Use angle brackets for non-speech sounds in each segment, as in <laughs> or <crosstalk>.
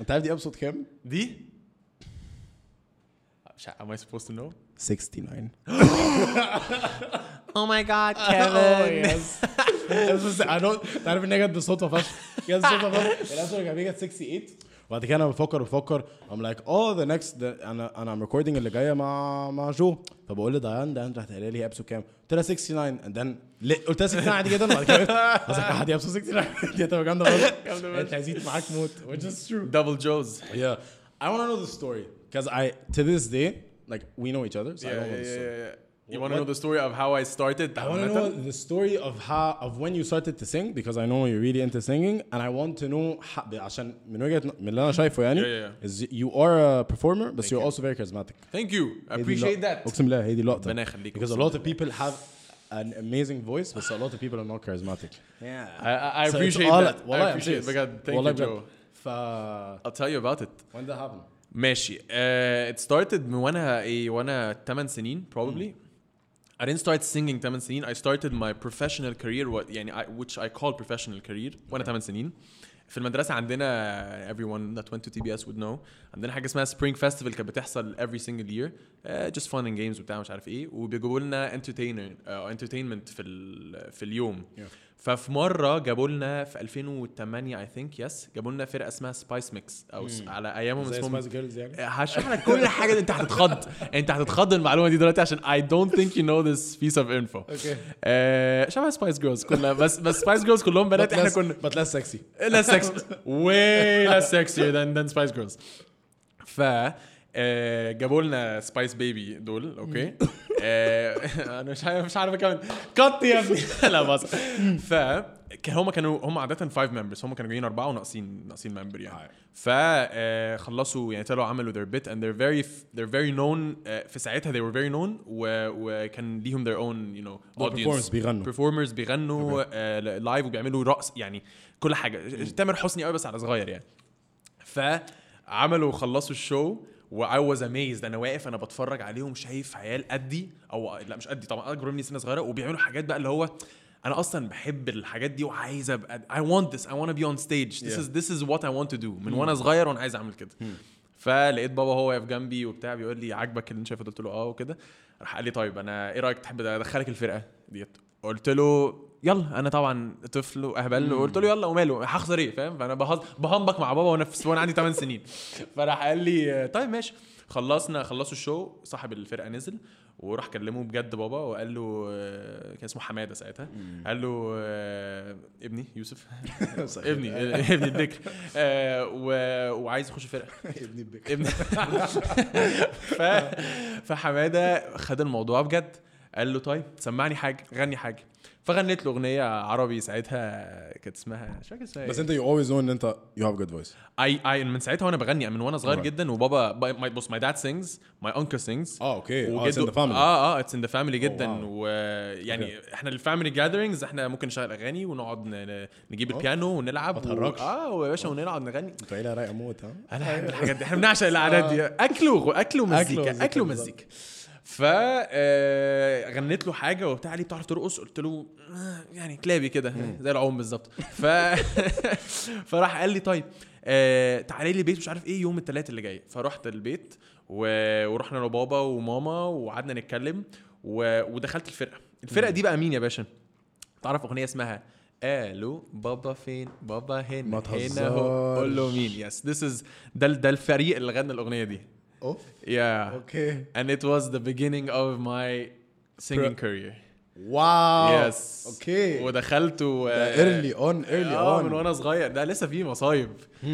انت عارف دي ابسط كام؟ دي مش am I supposed to know 69 oh my god <laughs> Oh, <laughs> يس بس انا انت عارف ان هي جت بالصدفه فشخ جت بالصدفه <laughs> فشخ الاسهم اللي جت 68 وبعد كده انا بفكر بفكر I'm like oh the next the- انا انا I'm recording اللي جايه مع مع جو فبقول لديان ديان راحت قايله لي هي ابسو كام؟ قلت لها 69 and then ليه؟ قلت لها 69 عادي جدا وبعد كده قلت بس حد ابسو <laughs> 69 دي هتبقى جامده فشخ جامدة فشخ. انت هزيت معاك موت which is true double Joes yeah I want to know the story because I to this day like we know each other so yeah, I don't yeah, know the story yeah, yeah. You want to What- know the story of how I started? I want to know the story of how of when you started to sing because I know you're really into singing and I want to know how, عشان من وجهة من اللي أنا شايفه يعني Yeah, yeah, is you are a performer but you're also very charismatic. Thank you. I هي دي appreciate اللقطة. that. أقسم بالله هي دي اللقطة. ربنا يخليك، Because a أقسم lot of people have an amazing voice but a lot of people are not charismatic. I, I I So it's appreciate all- that. والله I I'm appreciate serious. بجد. Thank والله you, Joe. بجد. ف- I'll tell you about it. when that happened? ماشي. Uh, it started من وانا ايه وانا 8 سنين probably. I didn't start singing 8 سنين. I started my professional career what يعني I, which I call professional career وانا 8 سنين. في المدرسة عندنا everyone that went to TBS would know عندنا حاجة اسمها spring festival كانت بتحصل every single year uh, just fun and games وبتاع مش عارف ايه وبيجيبوا لنا entertainer uh, entertainment في ال, في اليوم Yeah. ففي مرة جابوا لنا في 2008 I think yes جابوا لنا فرقة اسمها سبايس ميكس او س- على ايامهم زي اسمهم Spice Girls <laughs> يعني؟ هشرح لك كل حاجه <laughs> انت هتتخض انت هتتخض المعلومه دي دلوقتي عشان I don't think you know this piece of info Okay. آه، شبه سبايس جيرلز كلها بس بس سبايس جيرلز كلهم بنات But احنا less- كنا <laughs> but less sexy. لا سكس <laughs> واي لا سكسي than than سبايس جيرلز ف آه، جابوا لنا سبايس بيبي دول اوكي آه، <laughs> انا مش عارف مش عارف اكمل كات يا ابني <laughs> لا بس ف كان هما كانوا هما عاده 5 ممبرز هما كانوا جايين اربعه وناقصين ناقصين ممبر يعني Alright. فخلصوا يعني طلعوا عملوا their bit and they're very they're very known آه، في ساعتها they were very known و- وكان ليهم their own you know They're performers audience بيغنوا. performers بيغنوا آه، لايف وبيعملوا رقص يعني كل حاجه تامر حسني قوي بس على صغير يعني فعملوا وخلصوا الشو واي واز اميزد انا واقف انا بتفرج عليهم شايف عيال قدي او لا مش قدي طبعا اكبر مني سنه صغيره وبيعملوا حاجات بقى اللي هو انا اصلا بحب الحاجات دي وعايز ابقى I want this I want to be on stage this Yeah. is this is what I want to do من وانا صغير وانا عايز اعمل كده فلقيت بابا هو واقف جنبي وبتاع بيقول لي عاجبك اللي انت شايفه ده؟ قلت له اه وكده راح قال لي طيب انا ايه رايك تحب ادخلك الفرقه ديت قلت له يلا انا طبعا طفل واهبل وقلت له يلا وماله هخسر ايه فاهم فانا بهز- بهمبك مع بابا وانا في وانا عندي 8 سنين <laughs> فراح قال لي آه، طيب ماشي خلصنا خلصوا الشو صاحب الفرقه نزل وراح كلمه بجد بابا وقال له آه، كان اسمه حماده ساعتها قال له آه، ابني يوسف <laughs> ابني ابني الذكر آه، و- وعايز يخش فرقه ابني بك. ابن <laughs> ف... فحماده خد الموضوع بجد قال له طيب سمعني حاجه غني حاجه فغنيت له اغنيه عربي ساعتها كانت اسمها مش فاكر اسمها بس ايه انت you always know ان انت you have good voice. اي اي من ساعتها وانا بغني من وانا صغير Alright. جدا وبابا my- بص ماي داد سينجز ماي انكل سينجز اه اوكي اه Oh, it's in وجده the family. Oh, اه اه اتس ان ذا فاميلي جدا يعني wow. ويعني احنا الفاميلي جاذرينجز احنا ممكن نشغل اغاني ونقعد ن- نجيب آه. البيانو ونلعب ما و- تهرجش. اه ويا باشا ونقعد نغني انتوا عيله رايقه موت ها؟ انا بحب الحاجات دي احنا بنعشق القعدات دي اكل وغ- اكل ومزيكا ومزيكا اكل ومزيكا ف آه، غنيت له حاجه وبتاع ليه بتعرف ترقص قلت له آه، يعني كلابي كده زي العوم بالظبط ف <laughs> فراح قال لي طيب آه، تعالي لي البيت مش عارف ايه يوم الثلاث اللي جاي فرحت البيت و- ورحنا لبابا وماما وقعدنا نتكلم و... ودخلت الفرقه الفرقه دي بقى مين يا باشا تعرف اغنيه اسمها الو بابا فين بابا هنا ما هنا هو تهزرش. قول له مين يس ذس از ده ده الفريق اللي غنى الاغنيه دي اوف يا اوكي and it was the beginning of my singing career واو يس اوكي ودخلت و ايرلي اون ايرلي اه من اون وانا صغير ده لسه في مصايب Hmm.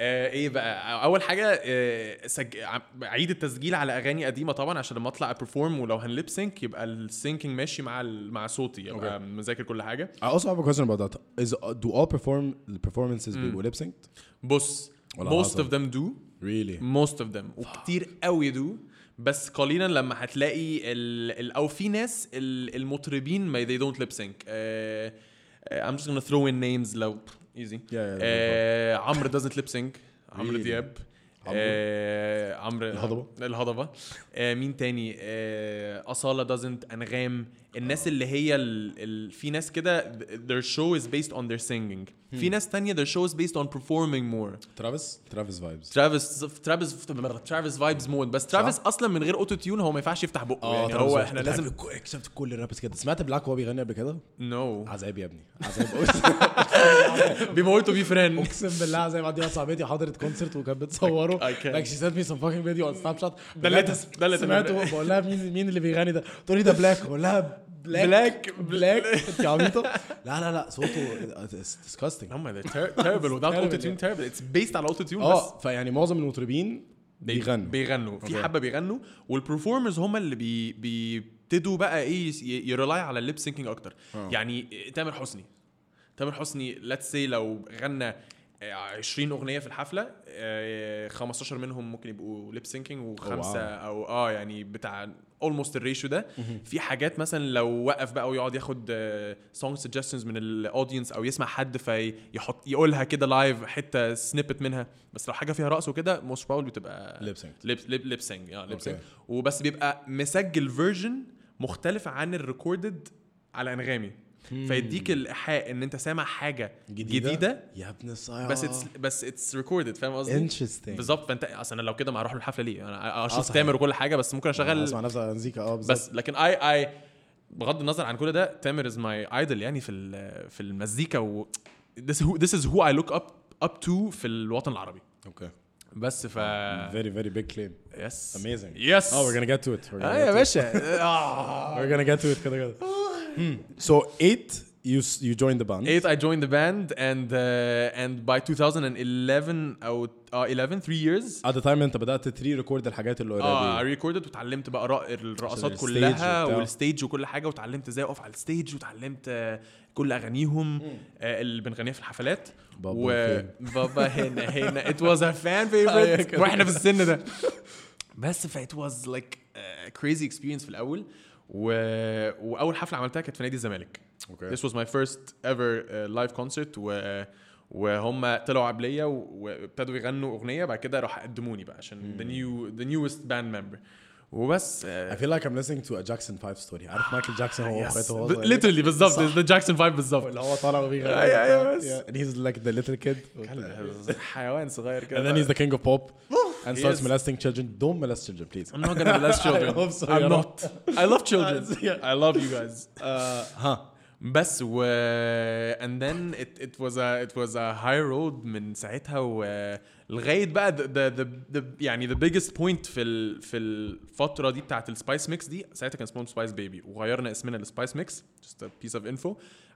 آه ايه بقى اول حاجه آه سج... ع- عيد التسجيل على اغاني قديمه طبعا عشان لما اطلع ابرفورم ولو هنليب سينك يبقى السينكينج ماشي مع ال... مع صوتي يبقى مذاكر كل حاجه I also have a question about that. Is uh, do all perform the performances Mm. بيبقوا lip synced? بص والله most of them do Really? موست اوف ذم وكتير قوي دو بس قليلا لما هتلاقي ال ال او في ناس ال المطربين ما they don't lip sync uh, I'm just gonna throw in names لو easy yeah, uh, عمرو doesn't lip sync عمرو Really? دياب آه، عمرو الهضبة. الهضبه آه، مين تاني آه، اصاله دازنت انغام آه. الناس اللي هي ال... ال... في ناس كده their show is based on their singing Hmm. في ناس تانية their show is based on performing more ترافيس ترافيس فايبس ترافيس ترافيس ترافيس فايبز مود بس ترافيس اصلا من غير اوتو تيون هو ما ينفعش يفتح آه، بقه يعني هو احنا لازم اكسبت كل الرابس كده سمعت بلاك وهو بيغني قبل كده نو <laughs> عذاب يا ابني <laughs> عذاب بيموتوا بيه <laughs> فريند اقسم بالله عذاب عندي واحده صاحبتي حضرت كونسرت وكانت بتصوره I can't. like she sent me some fucking video on Snapchat ده اللي- ده اللي سمعته تمام. بقول لها مين مين اللي بيغني ده تقول لي ده بلاك بقول لها بلاك بلاك- بلاك انت عبيطه لا لا لا صوته disgusting هم ده تيربل وده Terrible. اوتو تيون تيربل اتس بيست على اوتو تيون بس اه فيعني معظم المطربين بي- بيغنوا آه، بيغنوا في أوكي. حبه بيغنوا والبرفورمرز هم اللي بي بيبتدوا بقى ايه يس- ي- يرلاي على الليب سينكينج اكتر آه. يعني تامر حسني تامر حسني ليتس سي لو غنى آه، 20 اغنيه في الحفله آه، 15 منهم ممكن يبقوا ليب سينكينج وخمسه او اه يعني بتاع اولموست الريشيو ده في حاجات مثلا لو وقف بقى ويقعد ياخد سونج سجستشنز من الاودينس او يسمع حد فيحط يقولها كده لايف حته سنيبت منها بس لو حاجه فيها رقص وكده موست بروبلي بتبقى lip synced. ليب ليب ليب سينج اه ليب أوكي. سينج وبس بيبقى مسجل فيرجن مختلف عن الريكوردد على انغامي فيديك الايحاء ان انت سامع حاجه جديده, جديدة يا ابن الصياد بس اتس بس اتس ريكوردد فاهم قصدي؟ انترستنج بالظبط فانت اصلا لو كده ما هروح الحفله ليه؟ انا اشوف آه، صحيح. تامر وكل حاجه بس ممكن اشغل اسمع نفسي على مزيكا اه بالظبط بس لكن اي اي بغض النظر عن كل ده تامر از ماي ايدل يعني في ال- في المزيكا و this who this is who I look up up to في الوطن العربي اوكي بس ف very very big claim يس آه. amazing يس oh we're gonna get to it we're gonna, اه get, يا to <laughs> باشا آه. it. We're gonna get to it كده كده Hmm. so eight you s- you joined the band Eight, I joined the band, and uh, and by 2011 أو uh, 11 three years at the time انت بدات تري ريكورد الحاجات اللي اه I already recorded وتعلمت بقى رأ- الرقصات الstage كلها وبتاع. والستيج وكل حاجه وتعلمت ازاي اقف على الستيج وتعلمت آه، كل اغانيهم آه، اللي بنغنيها في الحفلات بابا فين؟ بابا هنا هنا it was a fan <laughs> أيوة favorite كده. واحنا في السن ده بس ف it was like a crazy experience في الاول و... واول حفله عملتها كانت في نادي الزمالك Okay. This was my first ever uh, live concert و وهم طلعوا قبليه و- وابتدوا يغنوا اغنيه بعد كده راح قدموني بقى عشان ذا نيو ذا نيوست باند ممبر وبس uh, I feel like I'm listening to a Jackson 5 story عارف مايكل جاكسون هو اخواته هو صغير؟ ليترلي بالظبط ذا جاكسون فايف بالظبط اللي هو طالع وبيغني أيوة، أيوة، بس. Yeah. and he's like the little kid حيوان صغير كده and then he's the king of pop and He starts is. molesting children don't molest children please I'm not <laughs> gonna molest children. hope so, I'm يا رب. not. I love <laughs> children. I love you guys. Uh, ها بس و and then it it was a it was a high road من ساعتها و لغايه بقى the, the, the, the يعني the biggest point في ال, في الفتره دي بتاعت السبايس ميكس دي ساعتها كان اسمهم سبايس بيبي وغيرنا اسمنا لسبايس ميكس just a piece of info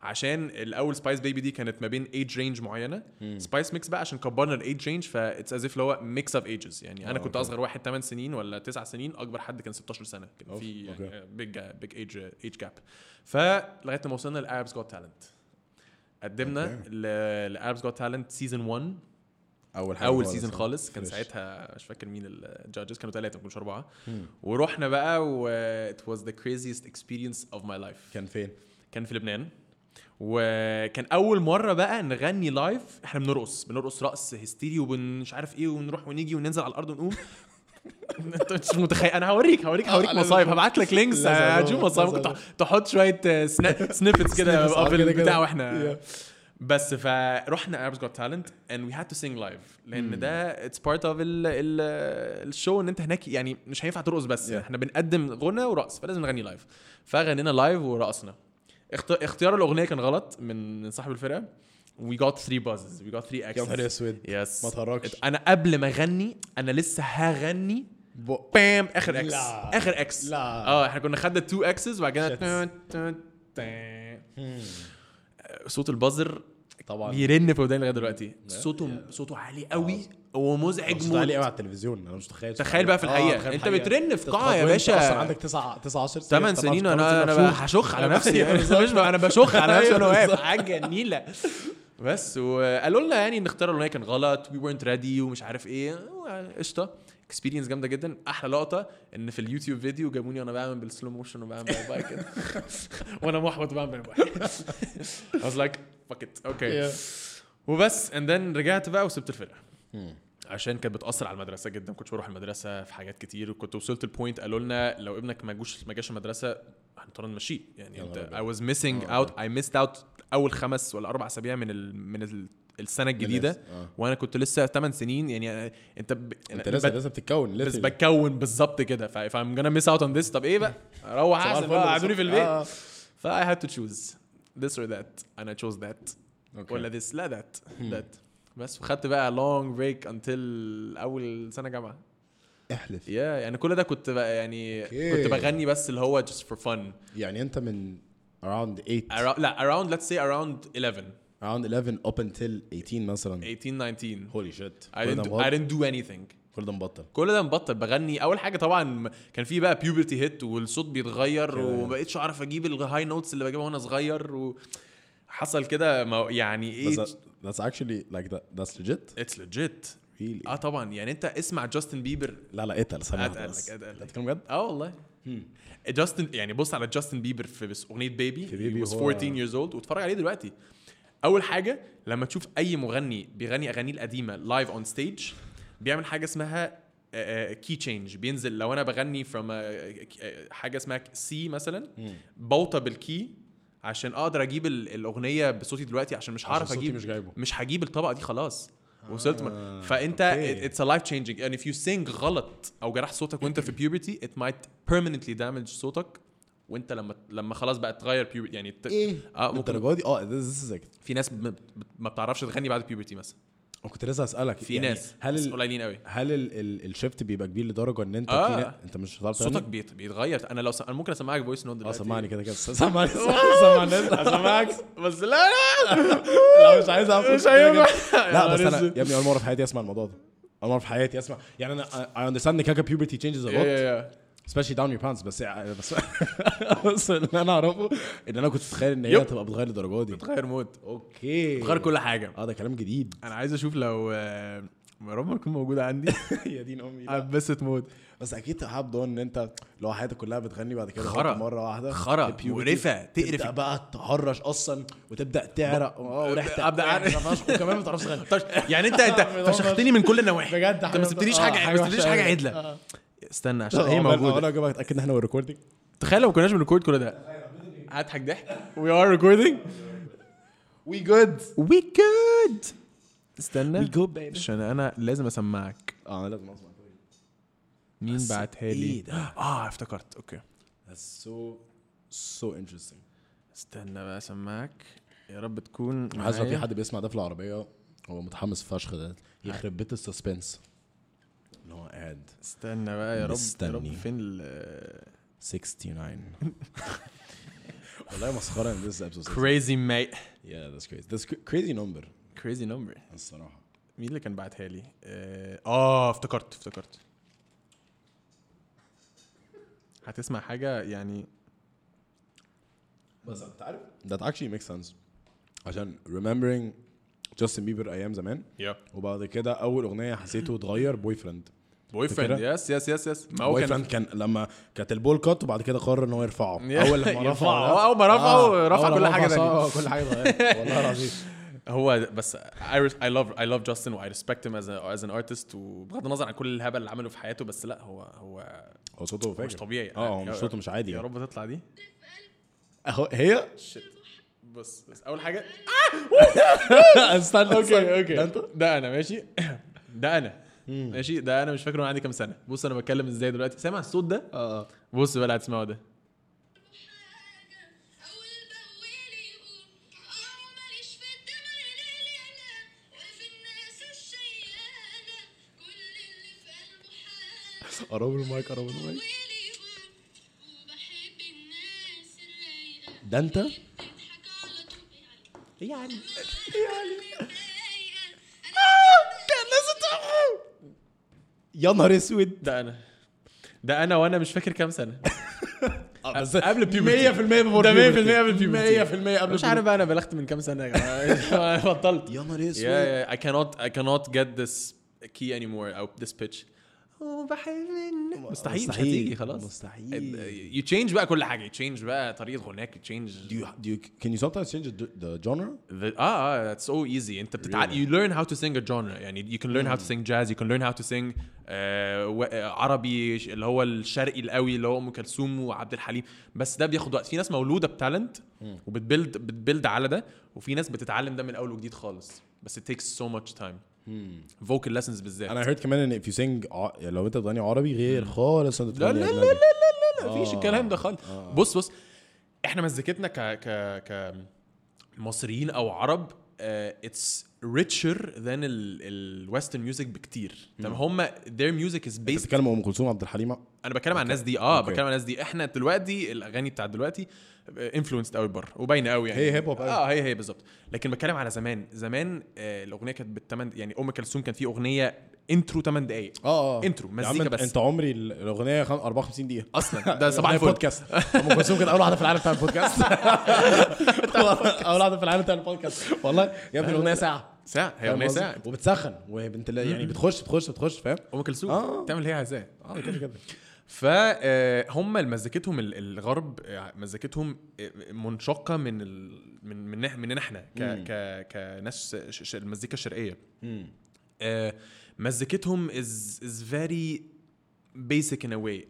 عشان الاول سبايس بيبي دي كانت ما بين ايج رينج معينه سبايس ميكس بقى عشان كبرنا الايج رينج فاتس از اف اللي هو ميكس اوف ايجز يعني انا كنت اصغر واحد 8 سنين ولا 9 سنين اكبر حد كان 16 سنه كان في أوكي. يعني بيج بيج ايج ايج جاب فلغايه ما وصلنا لاربس جوت تالنت قدمنا أوكي. لاربس جوت تالنت سيزون 1 اول حاجه اول سيزون خالص كان Fresh. ساعتها مش فاكر مين الجادجز كانوا ثلاثه ما كانوش اربعه ورحنا بقى و it was the craziest experience of my life كان فين؟ كان في لبنان وكان اول مره بقى نغني لايف احنا بنرقص بنرقص رقص هستيري ومش عارف ايه ونروح ونيجي وننزل على الارض ونقوم <laughs> انت مش متخيل انا هوريك <laughs> هوريك هوريك لازم. مصايب هبعت لك لينكس <laughs> لازم. هتشوف مصايب لازم. ممكن تح- تحط شويه <laughs> سنيبتس <laughs> كده Snippets، آه، في كده كده. البتاع واحنا Yeah. بس فرحنا اربس جوت تالنت اند وي هاد تو سينج لايف لان ده اتس بارت اوف الشو ان انت هناك يعني مش هينفع ترقص بس Yeah. yeah. احنا بنقدم غنى ورقص فلازم نغني لايف فغنينا لايف ورقصنا اخت... اختيار الاغنيه كان غلط من من صاحب الفرقه we got three buzzes we got three يا نهار exits اسود يس ما تهرجش. انا قبل ما اغني انا لسه هغني ب- بام اخر اكس لا. اخر اكس لا. اه احنا كنا خدنا تو اكسز وبعد كده تن- تن- تن. صوت البازر طبعا بيرن في وداني لغايه دلوقتي صوته صوته عالي قوي ومزعج صوت عالي موت قوي على التلفزيون انا مش متخيل آه، تخيل بقى في الحقيقة. أنت بترن في قاعة يا باشا. اصلا عندك 9 9 10 ثمان سنين أيوه، انا انا بقى هشخ <laughs> على نفسي مش بقى- انا بشخ على نفسي وانا أيوة واقف بالظبط. حاجه نيله بس وقالوا لنا يعني ان اختيار الاغنيه كان غلط وي ورنت ريدي ومش عارف ايه قشطه اكسبيرينس جامده جدا احلى لقطه ان في اليوتيوب فيديو جابوني وانا بعمل بالسلو موشن وبعمل باي باي <laughs> كده وانا محبط بعمل باي باي I was like fuck it okay وبس and then رجعت بقى وسبت الفرقه عشان كانت بتاثر على المدرسه جدا كنت بروح المدرسه في حاجات كتير وكنت وصلت لبوينت قالوا لنا لو ابنك ما جوش ما جاش المدرسه هنضطر نمشيه يعني يا انت نهار اه، اي واز ميسنج اوت اي ميسد اوت اول خمس ولا اربع اسابيع من ال من ال السنه الجديده آه. وانا كنت لسه 8 سنين يعني أنا- انت ب... انت أنا لسه بت- لسه بتتكون بس لسه بكون بالظبط كده فايف ام جونا ميس اوت اون ذس طب <laughs> ايه بقى اروح صباح احسن الفل، بقى قعدوني في البيت آه. فاي هاد تو تشوز ذس اور ذات انا تشوز ذات أوكي. <laughs> ولا ذس لا ذات ذات بس وخدت بقى لونج بريك انتل اول سنه جامعه احلف يا يعني كل ده كنت بقى يعني أوكي. كنت بغني بس اللي هو just for fun يعني انت من around 8 Arou- لا around let's say around 11 around 11 up until 18 مثلا 18 19 هولي شيت I didn't, do, I didn't do anything كل ده مبطل كل ده مبطل بغني اول حاجه طبعا م- كان في بقى بيوبرتي هيت والصوت بيتغير كده. وما بقتش اعرف اجيب الهاي نوتس اللي بجيبها وانا صغير وحصل كده ما- يعني بس ايه that- that's actually like that that's legit اتس ليجيت really اه طبعا يعني انت اسمع جاستن بيبر لا لا اتقل ثانية واحدة أتقل بس. لك، أتقل انت لك. بتتكلم بجد؟ اه والله جاستن يعني بص على جاستن بيبر في بس اغنيه بيبي في Baby he was هو- 14 years old واتفرج عليه دلوقتي اول حاجه لما تشوف اي مغني بيغني اغانيه القديمه لايف اون ستيج بيعمل حاجه اسمها آه، كي تشينج بينزل لو انا بغني فروم حاجه اسمها سي مثلا بوطى بالكي عشان اقدر اجيب ال- الاغنيه بصوتي دلوقتي عشان مش عشان هعرف صوتي اجيب مش جايبه. مش هجيب الطبقه دي خلاص وصلت آه، م- فانت أوكي. اتس ا لايف تشينجينج يعني if you sing غلط او جرح صوتك وانت في بيوبرتي it might permanently damage صوتك وانت لما لما خلاص بقى تغير puberty يعني ت- إيه؟ اه ممكن الدرجة دي اه this this is like في ناس ما- ما بتعرفش تغني بعد puberty مثلا انا كنت لسه هسألك في يعني ناس هل بس ال- قليلين قوي هل ال- ال- الشيفت بيبقى كبير لدرجة ان انت آه. في نا- انت مش هتعرف صوتك تغني؟ بيت- بيتغير انا لو س... انا ممكن اسمعك فويس نوت اه دلوقتي سمعني كده <laughs> كده سمعني سمعني اسمعك بس لا لا لا <laughs> مش عايز اقفل مش هينفع. لا يا بس نهار انا أسود. يا ابني اول مره في حياتي اسمع الموضوع ده اول مره في حياتي اسمع يعني انا اي اندرستاند كاكا بيوبرتي تشينجز ا يا- لوت يا- يا. سبيشلي داون يور بانس بس بس بس اللي انا اعرفه ان انا كنت متخيل ان هي يب. تبقى بتغير للدرجه دي بتغير موت اوكي بتغير كل حاجه اه ده كلام <laughs> جديد انا عايز اشوف لو آه، يا رب ما تكون <laughs> موجوده عندي يا دين امي لا. هتبسط موت بس اكيد هبدو ان انت لو حياتك كلها بتغني بعد كده خرا. هوب مره واحده خرا. الpuberty مقرفة. تقرف. تبدا بقى تهرش اصلا وتبدا تعرق اه وريحتك أبدأ أعرق. وحشة فشخ، <laughs> وكمان ما بتعرفش تغني طيب، يعني انت انت <laughs> فشختني من كل النواحي بجد آه، انت ما سبتليش حاجه ما سبتليش حاجه عدله استنى عشان هي موجوده انا كمان اتاكد ان احنا والريكوردنج تخيل لو ما كناش بنريكورد كل ده إيه؟ هضحك ضحك وي ار ريكوردنج وي جود وي جود استنى جود بيبي عشان انا لازم اسمعك اه لازم اسمع مين بس بعتها ايه لي ده؟ اه افتكرت اوكي That's so so interesting استنى بقى اسمعك يا رب تكون حاسس لو في معايا. حد بيسمع ده في العربيه هو متحمس فشخ ده يخرب بيت السسبنس ان هو قاعد استنى بقى يا رب يا رب مستني. فين ال 69 والله مسخره ان ذس ابسود كريزي ماي يا ذاتس كريزي ذاتس كريزي نمبر كريزي نمبر الصراحه مين اللي كان بعتها لي؟ آه، اه افتكرت افتكرت هتسمع حاجة يعني بس انت عارف that actually makes sense عشان remembering جاستن بيبر ايام زمان يا وبعد كده اول اغنيه <laughs> حسيته اتغير بوي فريند بوي فريند فاكرها؟ يس يس يس يس ما هو بوي كان فريند كان لما كانت البول كات وبعد كده قرر ان هو <laughs> يرفعه يا- اول لما يرفعه. رفعه هو أول ما رفعه، رفع أول كل ما حاجة رفعه، تانية. آه، كل حاجه <laughs> اتغيرت والله العظيم هو ده- بس I res- I love I love Justin و I respect him as a as an artist وبغض النظر عن كل الهبل اللي عمله في حياته بس لا هو هو هو صوته فاكر مش طبيعي اه هو مش صوته مش عادي يا رب تطلع دي اهو هي <laughs> بص بس اول حاجة استنى اوكي ده اوكي انت ده انا ماشي <coughs> ده انا ماشي ده انا مش فاكر انا عندي كام سنة بص انا بتكلم ازاي دلوقتي سامع الصوت ده اه بص بقى اللي هتسمعه ده قرب المايك قرب المايك ده انت إيه يعني آه! يا نهار اسود ده انا ده انا وانا مش فاكر كام <laughs> سنه آه، بس قبل البيوبرتي. 100% بفور ده 100% قبل البيوبرتي 100% قبل مش عارف بقى انا بلغت من كام سنه يا جماعه <laughs> بطلت يا نهار اسود yeah, yeah, I cannot I cannot get this key anymore او this pitch وبحن مستحيل مش مستحيل. هتيجي خلاص مستحيل. يو تشينج بقى كل حاجه يو تشينج بقى طريقه غناك يو تشينج Do you, do you, can you sometimes change the, the genre? The, ah, ah, it's so easy. أنت بتتع... You learn how to sing a genre. يعني you can learn how to sing jazz. You can learn how to sing آه، و- آه، عربي ش- اللي هو الشرقي القوي اللي هو أم كلثوم وعبد الحليم. بس ده بياخد وقت. في ناس مولودة بتالنت وبتبيلد بتبيلد على ده وفي ناس بتتعلم ده من أول وجديد خالص. بس it takes so much time. vocal lessons بالذات. انا heard كمان ان if you sing ع- لو انت بتغني عربي غير خالص انت لا لا بتغني لا لا أجنبي. لا لا آه. مفيش الكلام ده خالص بص بص احنا مزيكتنا ك ك ك مصريين او عرب آه، اتس ريتشر ذان الويسترن ميوزك بكتير تمام هم their music is انت based بتتكلم ام كلثوم عبد الحليم آه، انا بتكلم عن الناس دي اه أوكي. بتكلم عن الناس دي احنا دلوقتي الاغاني بتاعت دلوقتي انفلونسد قوي بره وباينه قوي يعني هي hip hop أوي. اه هي هي بالظبط لكن بتكلم على زمان زمان آه الاغنيه كانت بالثمان يعني ام كلثوم كان في اغنيه انترو 8 دقائق اه اه انترو، يا عم مزيكا انت- بس. انت عمري ال- الاغنيه خم- 54 دقيقه اصلا ده <laughs> صباح أغنية الفل بودكاست ام كلثوم كانت اول واحده في العالم بتاع البودكاست <laughs> اول واحده في العالم بتاع البودكاست والله يا ابني الاغنيه ساعه ساعه هي فاهم اغنيه قصدي؟ ساعه وبتسخن وبنت لا- يعني بتخش بتخش بتخش <laughs> فاهم ام كلثوم آه. تعمل اللي هي عايزاه اه <laughs> كده كده فهم مزيكتهم ال- الغرب آه، مزيكتهم آه، منشقه من ال... من من نح- مننا احنا ك... ك... كناس ش... ش... المزيكا الشرقيه آه، مزيكتهم از از فيري بيسك ان واي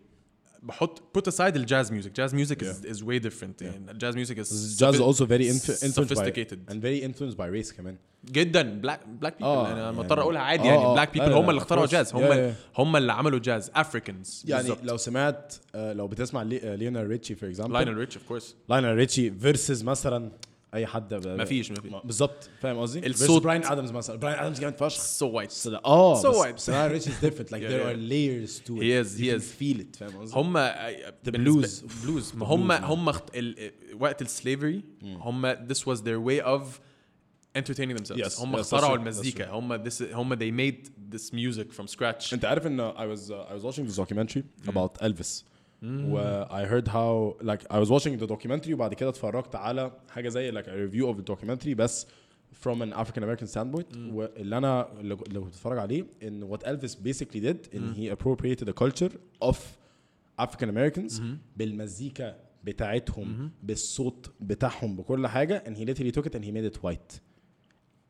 بحط put aside الجاز music jazz music is, Yeah. is way different يعني jazz music is Jazz sophi- also very inf- influenced by sophisticated and very influenced by race كمان جدا بلاك بلاك بيبل آه، انا يعني- مضطر اقولها عادي آه، يعني آه، بلاك لا، بيبل لا، هم لا، اللي اخترعوا of course. جاز Yeah, هم هم اللي عملوا جاز افريكانز يعني لو سمعت آه، لو بتسمع ليونار ريتشي فور اكزامبل لاينل ريتش اوف كورس لاينا ريتشي فيرسز مثلا اي حد ب- مفيش- مفيش. بالظبط فاهم قصدي الصوت. براين ادمز مثلا براين ادمز جامد فشخ سو وايت بس ده- اه So بس- what? بس لاينا ريتشي از ديفرنت لايك Yeah, ذير yeah. ار لايرز تو He is- he is. فيل ات فاهم قصدي هم The blues. Hmm. بلوز ما هم هم اخت- ال- وقت السليفري هم this was their way of entertaining themselves Yes, هم yes, that's اخترعوا true, that's المزيكا هم this هم they made this music from scratch انت عارف ان I was uh, I was watching this documentary about Elvis و I heard how like I was watching the documentary وبعد كده اتفرجت على حاجه زي like a review of the documentary بس from an African American standpoint واللي انا اللي اللي كنت بتفرج عليه ان what Elvis basically did ان he appropriated the culture of African Americans بالمزيكا بتاعتهم بالصوت بتاعهم بكل حاجه and he literally took it and he made it white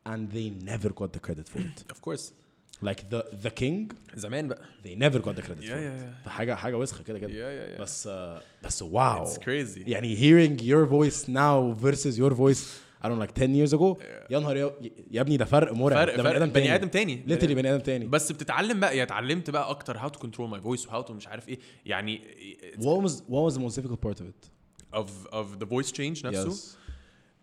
and they never got the credit for it of course like the the king زمان بقى they never got the credit Yeah, for yeah, it. yeah. ده حاجه حاجه وسخه كده كده Yeah, yeah, yeah. بس آه، بس واو It's crazy. يعني hearing your voice now versus your voice I don't know like 10 years ago يا نهار يا- يا ابني ده فرق مرعب فرق- ده فرق. بني آدم تاني. ليترلي بني ادم تاني بس بتتعلم بقى يعني اتعلمت بقى اكتر how to control my voice وهاو تو مش عارف ايه يعني what was what was the most difficult part of it of of the voice change نفسه Yes.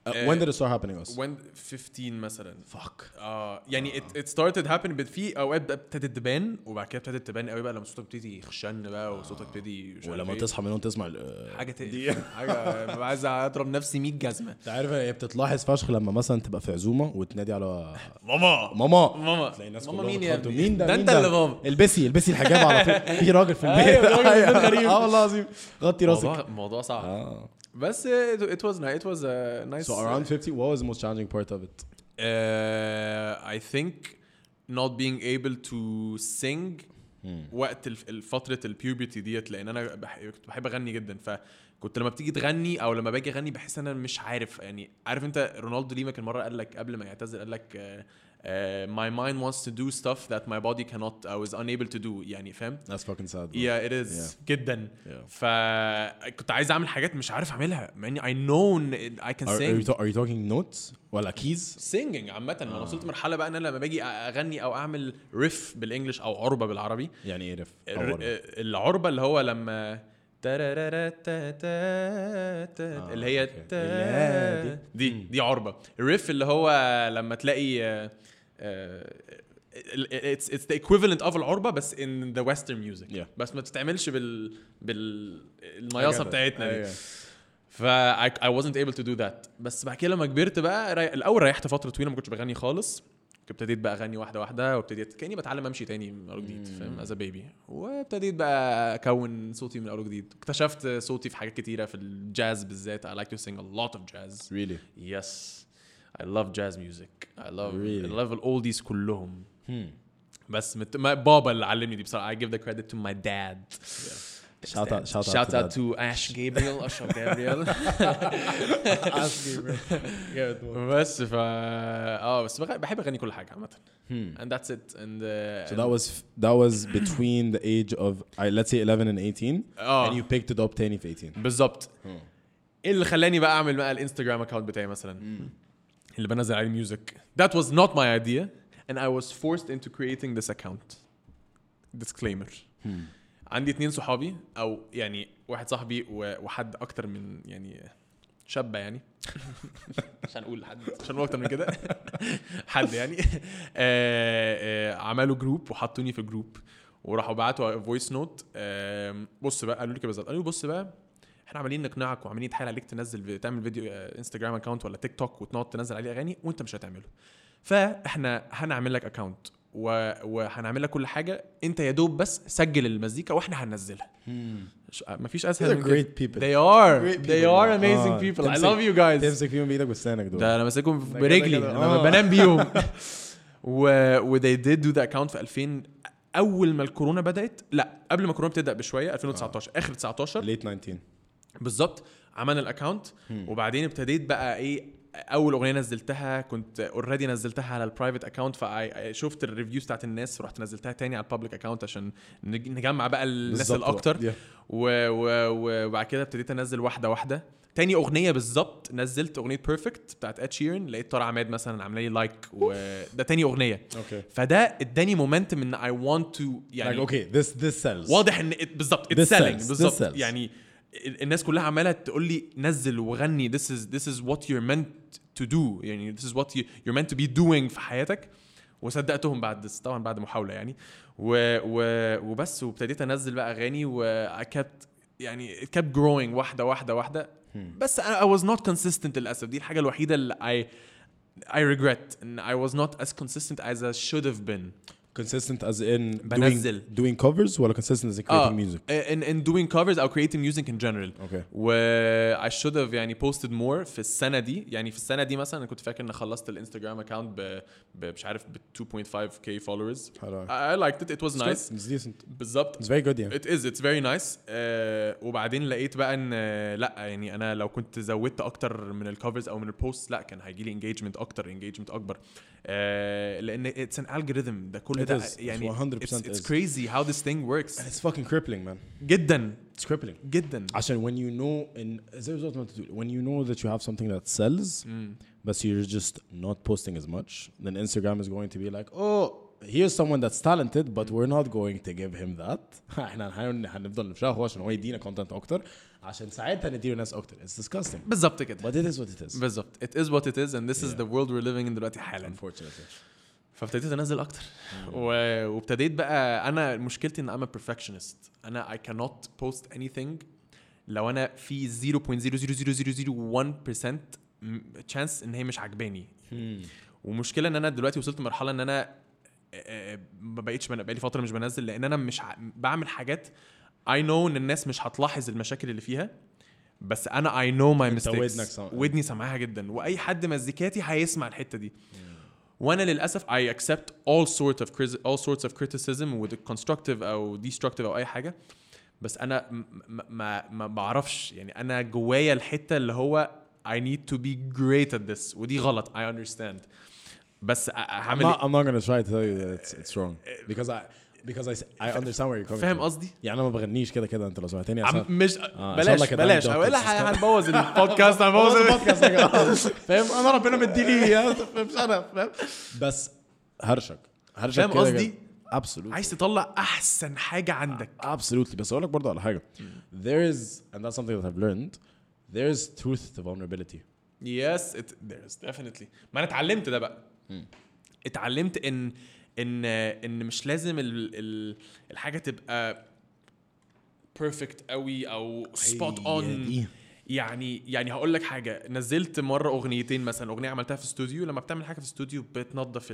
Uh, when did it start happening us when 15 مثلا fuck اه يعني it, it started happening but في اوقات بقى ابتدت تبان وبعد كده ابتدت تبان قوي بقى لما صوتك ابتدي يخشن بقى وصوتك ابتدي مش عارف آه. ولما إيه. تصحى من النوم تسمع ال- حاجه <laughs> تقلق حاجه ببقى عايز اضرب نفسي 100 جزمه انت عارف هي بتتلاحظ فشخ لما مثلا تبقى في عزومه وتنادي على ماما ماما ماما. تلاقي الناس ماما كلهم مين يا اتخضوا. ابني؟ مين ده ده مين انت اللي ماما. البسي البسي الحجاب على طول <laughs> في راجل في البيت ايوه، في راجل في البيت <laughs> غريب. اه والله العظيم غطي راسك <laughs> موضوع موضوع صعب اه بس it, it was nice it was a nice So around 50 what was the most challenging part of it uh, I think not being able to sing وقت الف- الفترة البيوبرتي ديت لان انا بح... كنت بحب اغني جدا فكنت لما بتيجي تغني او لما باجي اغني بحس ان انا مش عارف يعني عارف انت رونالدو ليما كان مره قال لك قبل ما يعتزل قال لك آه، آه، my mind wants to do stuff that my body cannot I was unable to do يعني فاهم that's fucking sad bro. yeah it is yeah. جدا Mm. Yeah. فكنت عايز اعمل حاجات مش عارف اعملها مع اني I know I can are, are, sing you ta- are you talking notes ولا keys سينجنج عامة انا آه. وصلت مرحلة بقى ان انا لما باجي اغني او اعمل ريف بالانجلش او عربة بالعربي يعني ايه رف الر- آه، العربة اللي هو لما تارارارا تا تا تا اللي هي آه، أوكي. تا- لا، دي دي عربة الريف اللي هو لما تلاقي آه، آه، ال- it's it's the equivalent of العربة بس in the western music Yeah. بس ما تتعملش بال بال النياصة بتاعتنا دي أيوة. ف I, I wasn't able to do that بس بعد كده لما كبرت بقى ري... الاول ريحت فتره طويله ما كنتش بغني خالص ابتديت بقى اغني واحده واحده وابتديت كاني بتعلم امشي تاني من اول جديد فاهم از بيبي وابتديت بقى اكون صوتي من اول جديد اكتشفت صوتي في حاجات كتيره في الجاز بالذات I like to sing a lot of jazz really yes I love jazz music I love Really? I love oldies كلهم Hmm. بس مت... ما بابا اللي علمني دي بصراحه I give the credit to my dad Shout out- shout out shout to out dad. to Ash Gabriel <laughs> أشرف جابريل بس فا اه بس بغ- بحب اغني كل حاجه عامه and that's it and uh, Hmm. So that was that was between the age of I, let's say 11 and 18, Oh. and you picked it up 10 if 18. بالظبط Hmm. ايه اللي خلاني بقى اعمل بقى الانستجرام اكونت بتاعي مثلا Hmm. اللي بنزل عليه ميوزك that was not my idea and I was forced into creating this account disclaimer Hmm. عندي اتنين صحابي او يعني واحد صاحبي و- وحد اكتر من يعني شابه يعني <laughs> مش هنقول حد مش هنقول اكتر من كده <laughs> حد يعني آه، آه، عملوا جروب وحطوني في جروب وراحوا بعتوا فويس نوت بص بقى قالوا لي كده بالظبط قالوا لي بص بقى احنا عمالين نقنعك وعمالين نتحايل عليك تنزل تعمل فيديو آه، انستجرام اكونت ولا تيك توك وتقعد تنزل عليه اغاني وانت مش هتعمله فاحنا هنعمل لك اكونت و- وهنعمل لك كل حاجه انت يا دوب بس سجل المزيكا واحنا هننزلها ش- مفيش اسهل These are من كده. great people. they are Great they people. are amazing آه، people I تمسك- love you guys تمسك فيهم بايدك والسانك دول ده انا ماسكهم في- كده برجلي كده. انا آه. بنام <laughs> بيهم <laughs> و و they did do the account في 2000 اول ما الكورونا بدات لا قبل ما الكورونا بتبدا بشويه 2019 اخر 19 late 19. بالظبط عملنا الاكونت وبعدين ابتديت بقى ايه اول اغنيه نزلتها كنت اوريدي نزلتها على البرايفت اكونت فشفت الريفيوز بتاعت الناس رحت نزلتها تاني على البابليك اكونت عشان نج- نجمع بقى الناس بالظبط. الاكتر Yeah. و- و- و- وبعد كده ابتديت انزل واحده واحده تاني اغنيه بالظبط نزلت اغنيه بيرفكت بتاعت اد شيرن لقيت طارق عماد مثلا عامله لي لايك وده تاني اغنيه Okay. فده اداني مومنتم ان اي ونت تو Like يعني okay, this this sells. واضح ان it- بالظبط This اتس سيلينج sells, this بالظبط sells. يعني ال- الناس كلها عماله تقول لي نزل وغني this is this is what you're meant to do يعني this is what you, you're meant to be doing في حياتك وصدقتهم بعد طبعا بعد محاوله يعني و و وبس وابتديت انزل بقى اغاني و I kept يعني it kept growing واحده واحده واحده Hmm. بس انا I was not consistent للاسف دي الحاجه الوحيده اللي I I regret and I was not as consistent as I should have been consistent as in doing, بنزل. doing covers ولا consistent as in creating music. Uh, in in doing covers او creating music in general Okay. و I should have يعني posted more في السنه دي يعني في السنه دي مثلا انا كنت فاكر ان خلصت الانستغرام اكونت ب ب- مش عارف ب 2.5k followers حلو. I, I liked it it was nice It's decent. بالظبط It's very good yeah. It is it's very nice آه وبعدين لقيت بقى ان آه، لا يعني انا لو كنت زودت اكتر من الكفرز او من البوست لا كان هيجي لي انجيجمنت اكتر انجيجمنت اكبر آه لان اتس ان الجوريثم ده كل It ده is. It's يعني 100% اتس is. كريزي هاو ذس ثينج وركس And it's fucking crippling man. جدا It's crippling. جدا عشان when you know in زي بالظبط ما بتقول when you know that you have something that sells but you're just not posting as much then Instagram is going to be like oh here's someone that's talented but we're not going to give him that <laughs> احنا هن- هنفضل نفشخه عشان هو يدينا content اكتر عشان ساعتها نديله ناس اكتر it's disgusting بالظبط كده but it is what it is بالظبط it is what it is and this is Yeah. the world we're living in دلوقتي حالا unfortunately فابتديت انزل اكتر و- وابتديت بقى انا مشكلتي ان انا perfectionist انا I cannot post anything لو انا في 0.00001% م- chance ان هي مش عجباني Hmm. ومشكله ان انا دلوقتي وصلت لمرحله ان انا آه، ما بقيتش بن- بقالي فتره مش بنزل لان انا مش ع- بعمل حاجات I know ان الناس مش هتلاحظ المشاكل اللي فيها بس انا I know my أنت mistakes ودنك سامعة. ودني سامعاها جدا واي حد مزيكاتي هيسمع الحته دي وانا للاسف I accept all sort of cris- all sorts of criticism with constructive او destructive او اي حاجه بس انا م- م- ما ما بعرفش يعني انا جوايا الحته اللي هو I need to be great at this ودي غلط I understand بس أ- I'm هعمل not إيه؟ I'm not gonna try to tell you that it's it's wrong Eh, because I because I I understand where you're coming فاهم from قصدي؟ يعني انا ما بغنيش كده كده انت لو سمعتني عم أصلاً- مش sound بلاش like a بلاش dumb joke. ولا It's not- هنبوظ البودكاست هنبوظ بوظ ال- البودكاست يا جماعة. فاهم انا ربنا إيه؟ مديني مش انا فاهم بس هرشك هرشك فاهم كده قصدي؟ كده. absolutely عايز تطلع احسن حاجه عندك absolutely بس اقول لك برضه على حاجه Hmm. there is and that's something that I've learned there is truth to vulnerability يس ذيرز ديفينتلي ما انا اتعلمت ده بقى اتعلمت ان ان ان مش لازم ال ال الحاجه تبقى بيرفكت قوي او سبوت اون دي. يعني يعني هقول لك حاجه نزلت مره اغنيتين مثلا اغنيه عملتها في استوديو لما بتعمل حاجه في استوديو بتنظف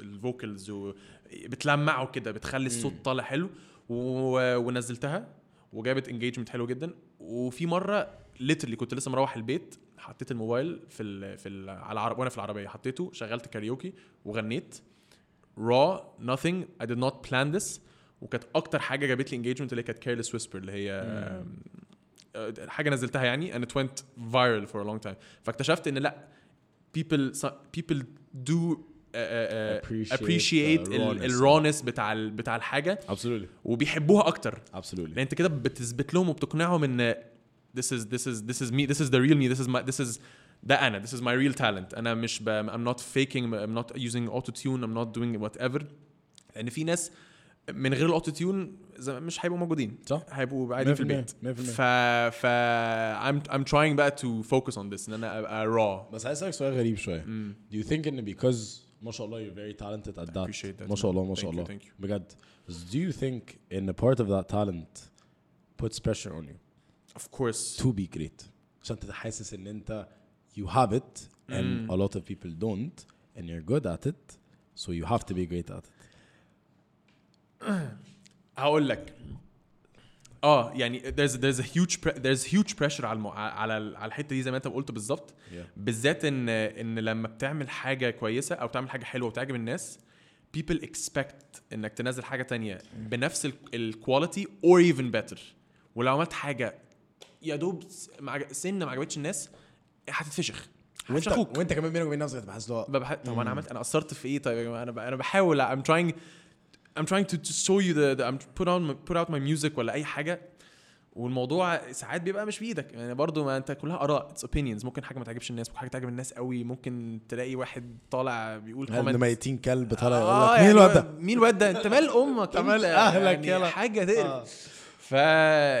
الفوكلز وبتلمعه كده بتخلي الصوت طالع حلو و- ونزلتها وجابت انجيجمنت حلو جدا وفي مره ليترلي كنت لسه مروح البيت حطيت الموبايل في ال في ال على العرب وانا في العربيه حطيته شغلت كاريوكي وغنيت raw nothing I did not plan this وكانت اكتر حاجه جابت لي engagement اللي هي كانت careless whisper اللي هي آه، حاجه نزلتها يعني and it went viral for a long time فاكتشفت ان لا people so- people do uh, uh, Appreciate appreciate the ال- rawness. الrawness بتاع ال- بتاع الحاجه ابسولوتلي وبيحبوها اكتر لان ابسولوتلي انت كده بتثبت لهم وبتقنعهم ان this is this is this is me this is the real me this is my this is ده انا this is my real talent انا مش ب, I'm not faking I'm not using auto tune I'm not doing whatever لان في ناس من غير الاوتو تيون مش هيبقوا موجودين صح. هيبقوا قاعدين في 100%. البيت 100%. ف ف I'm I'm trying بقى to focus on this ان انا ابقى raw بس عايز اسالك سؤال غريب شويه Hmm. do you think ان because ما شاء الله you're very talented at that appreciate that, ما شاء man. الله ما شاء Thank you, الله thank you. بجد do you think in a part of that talent puts pressure on you of course to be great عشان انت حاسس ان انت you have it and a lot of people don't and you're good at it so you have to be great at it هقول لك اه يعني there's there's a huge pre- there's huge pressure على المو... على ال- على الحته دي زي ما انت قلت بالظبط Yeah. بالذات ان ان لما بتعمل حاجه كويسه او تعمل حاجه حلوه وتعجب الناس people expect انك تنزل حاجه تانية بنفس الكواليتي or even better ولو عملت حاجه يا دوب س- ما عج- سنه ما عجبتش الناس هتتفشخ هتفشخوك. وانت وانت كمان بينك وبين نفسك بحس لو ببح... طب انا عملت انا قصرت في ايه طيب يا جماعه انا ب... انا بحاول I'm trying I'm trying to, to show you the, the I'm put on put out my music ولا اي حاجه والموضوع ساعات بيبقى مش بايدك يعني برضو ما انت كلها اراء it's opinions ممكن حاجه ما تعجبش الناس ممكن حاجه تعجب الناس قوي ممكن تلاقي واحد طالع بيقول هل كومنت ميتين كلب طالع يقول لك آه مين يعني الواد ده؟ مين الواد ده انت مال امك انت مال أهلك، يعني يلا. حاجه تقرف آه. ف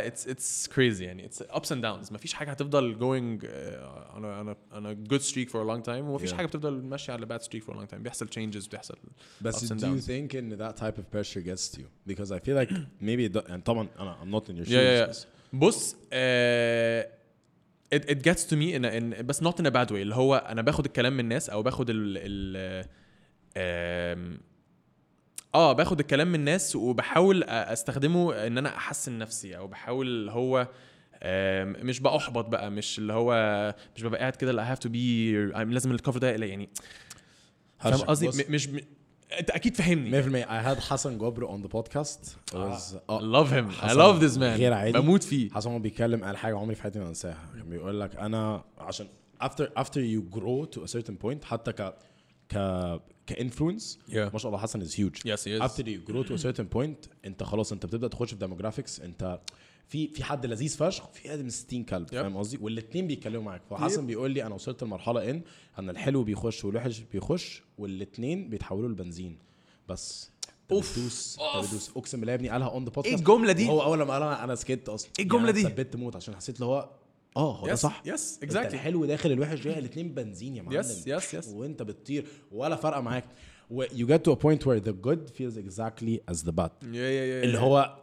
it's it's crazy يعني it's ups and downs مفيش حاجه هتفضل going uh, on a on a on a good streak for a long time ومفيش Yeah. حاجه بتفضل ماشيه على bad streak for a long time بيحصل changes بيحصل But ups do and you downs think in that type of pressure gets to you? Because I feel <clears throat> like maybe it do- and طبعا أنا- I'm not in your shoes. yeah, yeah, yeah. بس- بص uh, it it gets to me in a, in بس not in a bad way اللي هو انا باخد الكلام من الناس او باخد ال ال آم، اه باخد الكلام من الناس وبحاول أ- استخدمه ان انا احسن نفسي او بحاول اللي هو آم، مش باحبط بقى مش اللي هو مش ببقى قاعد كده لا I have to be I'm لازم الكفر ده يقلق يعني فاهم هرشك. قصدي بص، م- مش م- انت اكيد فاهمني 100% I had Hassan Gobro on the podcast. It was I آه، love him I حصل love this man غير عادي. بموت فيه حسن هو بيتكلم قال حاجه عمري في حياتي ما انساها كان بيقول لك انا عشان after after you grow to a certain point حتى ك ك كانفلونس Yeah. ما شاء الله حسن is huge Yes, he is. after you grow to a certain point انت خلاص انت بتبدا تخش في demographics انت في في حد لذيذ فشخ وفي حد من 60 كلب Yep. فاهم قصدي والاثنين بيتكلموا معاك فحسن بيقول لي انا وصلت لمرحله ان ان الحلو بيخش والوحش بيخش والاثنين بيتحولوا لبنزين بس أنت أوف، بتدوس أنت أوف. إيه بتدوس اقسم بالله يا ابني قالها اون ذا بودكاست الجملة دي؟ هو اول لما قالها انا سكت اصلا إيه الجملة يعني دي؟ أنا ثبت موت عشان حسيت اللي هو اه هو ده صح يس انت اكزاكتلي الحلو داخل الوحش جاي الاثنين بنزين يا معلم Yes, yes, yes. وانت بتطير ولا فارقه معاك و you get to a point where the good feels exactly as the bad يا يا يا اللي هو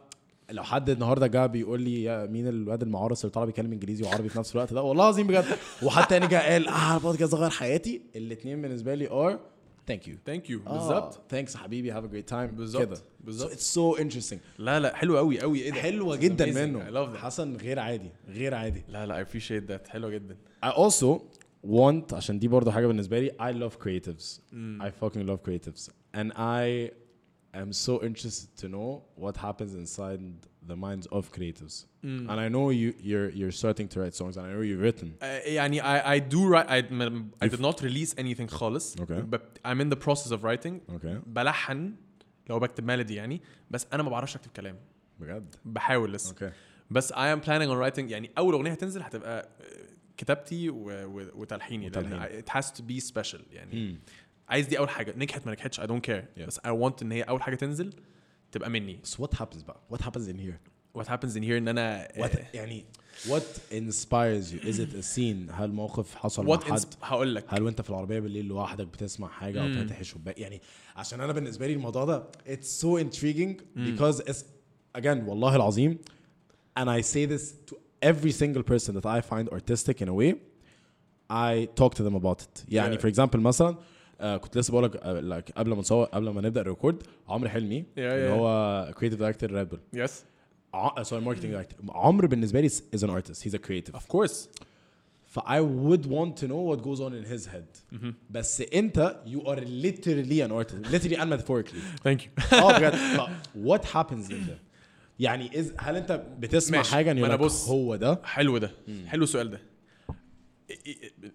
لو حد النهارده جه بيقول لي يا مين الواد المعارس اللي طالع بيتكلم انجليزي وعربي في نفس الوقت ده والله العظيم <laughs> بجد وحتى يعني جه قال اه البودكاست غير حياتي الاثنين بالنسبه لي ار ثانك يو ثانك يو بالظبط ثانكس آه، حبيبي هاف ا جريت تايم بالظبط، كده بالظبط. اتس سو انترستنج لا لا حلو قوي قوي ايه ده حلوه It's جدا amazing. I منه love that. حسن غير عادي غير عادي لا لا I appreciate that حلوه جدا I also want عشان دي برضه حاجه بالنسبه لي I love creatives I fucking love creatives and I am so interested to know what happens inside the minds of creatives and I know you you're you're starting to write songs and I know you've written Uh, يعني I I do write I, م- I did not release anything خالص Okay. but I'm in the process of writing okay بلحن لو بكتب ميلودي يعني بس انا ما بعرفش اكتب كلام بجد بحاول لسه okay بس I am planning on writing يعني اول اغنيه هتنزل هتبقى آه، كتابتي و... و... وتلحيني لان وتلحين. it has to be special يعني عايز دي اول حاجه نجحت ما نجحتش I don't care Yeah. بس I want ان هي اول حاجه تنزل تبقى مني so what happens بقى what happens in here what happens in here eh, ان انا what يعني what inspires you is it a scene هل موقف حصل مع what حد insp- هقول لك هل وانت في العربيه بالليل لوحدك بتسمع حاجه او فاتح الشباك يعني عشان انا بالنسبه لي الموضوع ده it's so intriguing because it's again والله العظيم and I say this to every single person that I find artistic in a way I talk to them about it يعني Yeah. for example مثلا آه كنت لسه بقول لك like قبل ما نصور قبل ما نبدا الريكورد عمرو حلمي Yeah, اللي yeah. هو creative director ريد بول yes آه، سوري marketing director عمرو بالنسبه لي is an artist he's a creative of course ف I would want to know what goes on in his head بس انت you are literally an artist literally and metaphorically ثانك يو اه بجد ف what happens in there يعني إز هل انت بتسمع ماشي. حاجه ما أنا like, بص. هو ده حلو ده حلو السؤال ده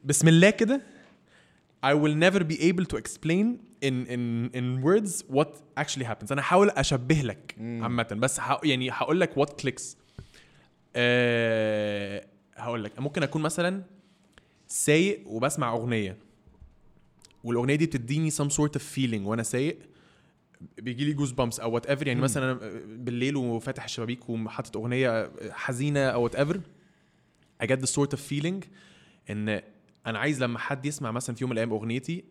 بسم الله كده I will never be able to explain in in in words what actually happens انا هحاول اشبه لك عامه بس ح... يعني هقول لك what clicks أه... هقول لك ممكن اكون مثلا سايق وبسمع اغنيه والاغنيه دي بتديني some sort of feeling وانا سايق بيجي لي جوز بامس او وات ايفر يعني مثلا أنا بالليل وفاتح الشبابيك وحاطط اغنيه حزينه او وات ايفر I get the sort of feeling ان انا عايز لما حد يسمع مثلا في يوم من الايام اغنيتي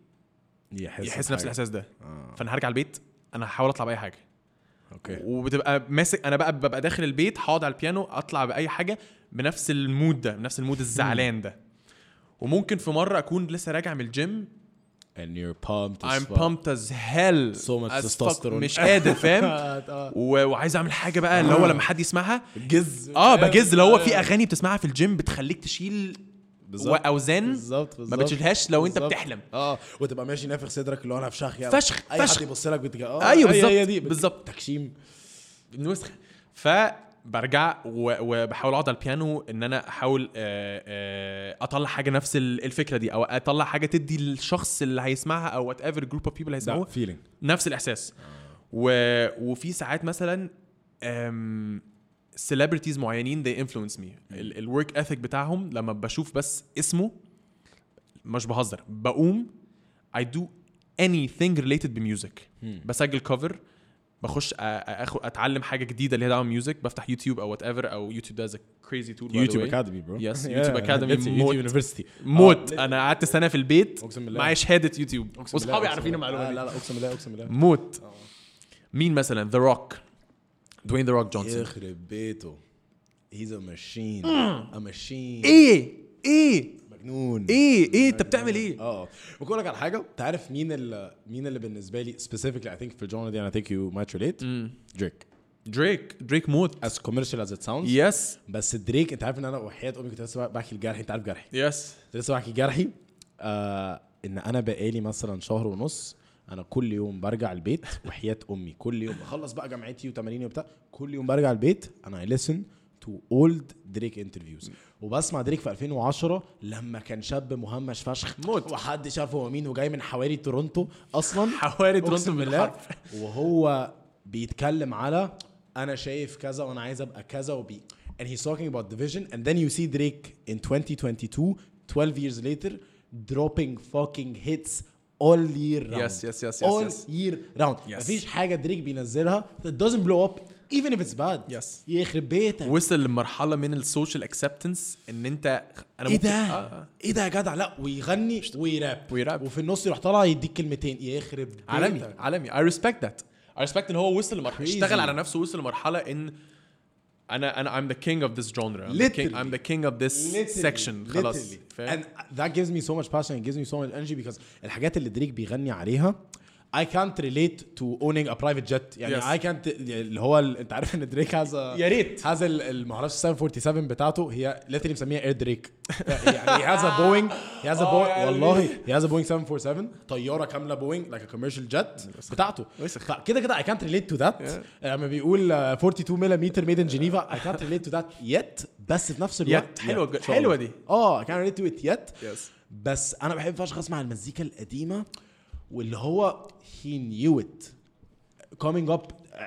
يحس يحس نفس بحاجة. الاحساس ده آه. فانا هرجع البيت انا هحاول اطلع باي حاجه اوكي وبتبقى ماسك انا بقى ببقى داخل البيت هقعد على البيانو اطلع باي حاجه بنفس المود ده بنفس المود الزعلان ده وممكن في مره اكون لسه راجع من الجيم and you're pumped as I'm fuck. pumped as hell So much as fuck. testosterone. مش قادر فاهم <laughs> <laughs> آه. و- وعايز اعمل حاجه بقى اللي هو لما حد يسمعها جز آه. اه بجز اللي هو في اغاني بتسمعها في الجيم بتخليك تشيل بالظبط. اوزان بالظبط ما بالظبط بتشيلهاش لو انت بالظبط. بتحلم اه وتبقى ماشي نافخ صدرك اللي هو انا فشخ يعني فشخ، اي فشخ. حد يبص لك بتجي اه أيوة هي- هي بالظبط، دي بت- بالظبط. تكشيم نسخه فبرجع و- وبحاول اقعد على البيانو ان انا احاول آه، آه، اطلع حاجه نفس ال- الفكره دي او اطلع حاجه تدي الشخص اللي هيسمعها او وات ايفر جروب اوف بيبل هيسمعوها ده فيلينج نفس الاحساس و... وفي ساعات مثلا أم... celebrities معينين they influence me الورك ethic بتاعهم لما بشوف بس اسمه مش بهزر بقوم I do anything related بميوزك Hmm. بسجل cover بخش أ- أ- أخ... اتعلم حاجه جديده ليها دعوه بميوزك بفتح يوتيوب او وات ايفر او يوتيوب ده از كريزي تول يوتيوب اكاديمي برو <laughs> Yes, YouTube Academy يوتيوب موت. يونيفرسيتي آه، موت انا قعدت سنه في البيت أقسم بالله. معايا شهاده يوتيوب أقسم بالله، واصحابي أقسم عارفين بالله. المعلومه آه، دي لا لا اقسم بالله اقسم بالله موت مين مثلا ذا روك دوين ذا روك جونسون يخرب بيته هيز ا ماشين ا ماشين ايه ايه مجنون ايه ايه انت بتعمل ايه اه بقول لك على حاجه انت عارف مين ال- مين اللي بالنسبه لي specifically I think في الجونر دي انا think you might relate دريك دريك دريك موت as commercial as it sounds يس بس دريك انت عارف ان انا وحياه امي كنت لسه بحكي لجرحي انت عارف جرحي يس كنت لسه بحكي جرحي آه ان انا بقالي مثلا شهر ونص انا كل يوم برجع <laughs> البيت وحياه امي كل يوم بخلص بقى جامعتي وتماريني وبتاع كل يوم برجع البيت انا I listen to old دريك انترفيوز وبسمع دريك في 2010 لما كان شاب مهمش فشخ موت. وحد شاف هو مين وجاي من حواري تورونتو اصلا حواري تورونتو أقسم بالحرف. وهو بيتكلم على انا شايف كذا وانا عايز ابقى كذا وبي and he's talking about division and then you see Drake in 2022 12 years later dropping fucking hits all year round Yes, yes, yes, yes, all yes. year round Yes. مفيش حاجه دريك بينزلها that doesn't blow up even if it's bad Yes. يخرب بيتك وصل لمرحله من السوشيال اكسبتنس ان انت انا ايه ممكن- ده؟ آه، آه. ايه ده يا جدع؟ لا ويغني ويراب ويراب. وفي النص يروح طالع يديك كلمتين يخرب بيتك عالمي عالمي اي ريسبكت ذات اي ريسبكت ان هو وصل لمرحله إيه Crazy. اشتغل على نفسه وصل لمرحله ان انا انا I'm the king of this genre I'm, the king, Literally. I'm the king of this section خلاص and that gives me so much passion it gives me so much energy because الحاجات اللي دريك بيغني عليها I can't relate to owning a private jet يعني Yes. yes. يعني I can't اللي هو ال- انت عارف ان دريك has a يا ريت. has ال- ال- ما اعرفش 747 بتاعته هي literally مسميها اير دريك يعني he has <laughs> a Boeing he has a آه Boeing يا قلبي. والله he has a Boeing 747 طياره كامله Boeing like a commercial jet بتاعته وسخ. فكده كده I can't relate to that لما بيقول آه، 42 ملم made in Geneva I can't relate to that yet بس في نفس الوقت Yet. حلوه إن الج- شاء الله. حلوه دي. اه كان ريت تو ات يت Yes. بس انا بحب فشخ اسمع المزيكا القديمه واللي هو هي نيو ات كومينج اب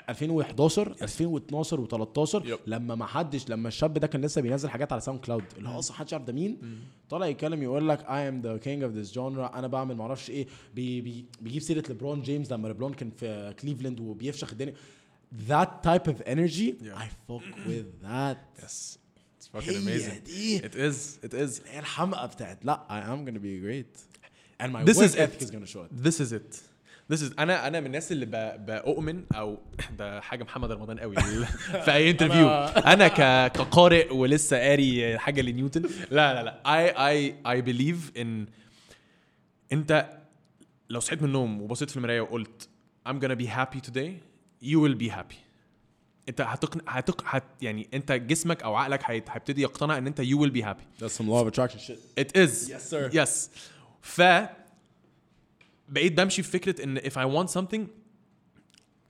2011 2012 و13 Yep. لما ما حدش لما الشاب ده كان لسه بينزل حاجات على ساوند كلاود اللي هو اصلا محدش يعرف ده مين طالع يتكلم يقول لك اي ام ذا كينج اوف ذيس جونرا انا بعمل معرفش ايه بي بي بيجيب سيره ليبرون جيمس لما ليبرون كان في كليفلاند وبيفشخ الدنيا That type of energy, Yeah. I fuck with that. يس اتس fucking هي amazing دي. it is it is هي الحمقى بتاعت لا I am gonna be great and my This work is it. ethic is gonna show it This is it. This is انا انا من الناس اللي ب- بؤمن او <coughs> ده حاجه محمد رمضان قوي في اي انترفيو انا ك- كقارئ ولسه قاري حاجه لنيوتن لا لا لا اي اي اي بليف ان انت لو صحيت من النوم وبصيت في المرايه وقلت I'm gonna be happy today you will be happy انت هتقن هتق هت يعني انت جسمك او عقلك هيت- هيبتدي يقتنع ان انت يو ويل بي هابي That's some law of attraction shit. It is. Yes, sir. Yes. ف بقيت بمشي في فكره ان if I want something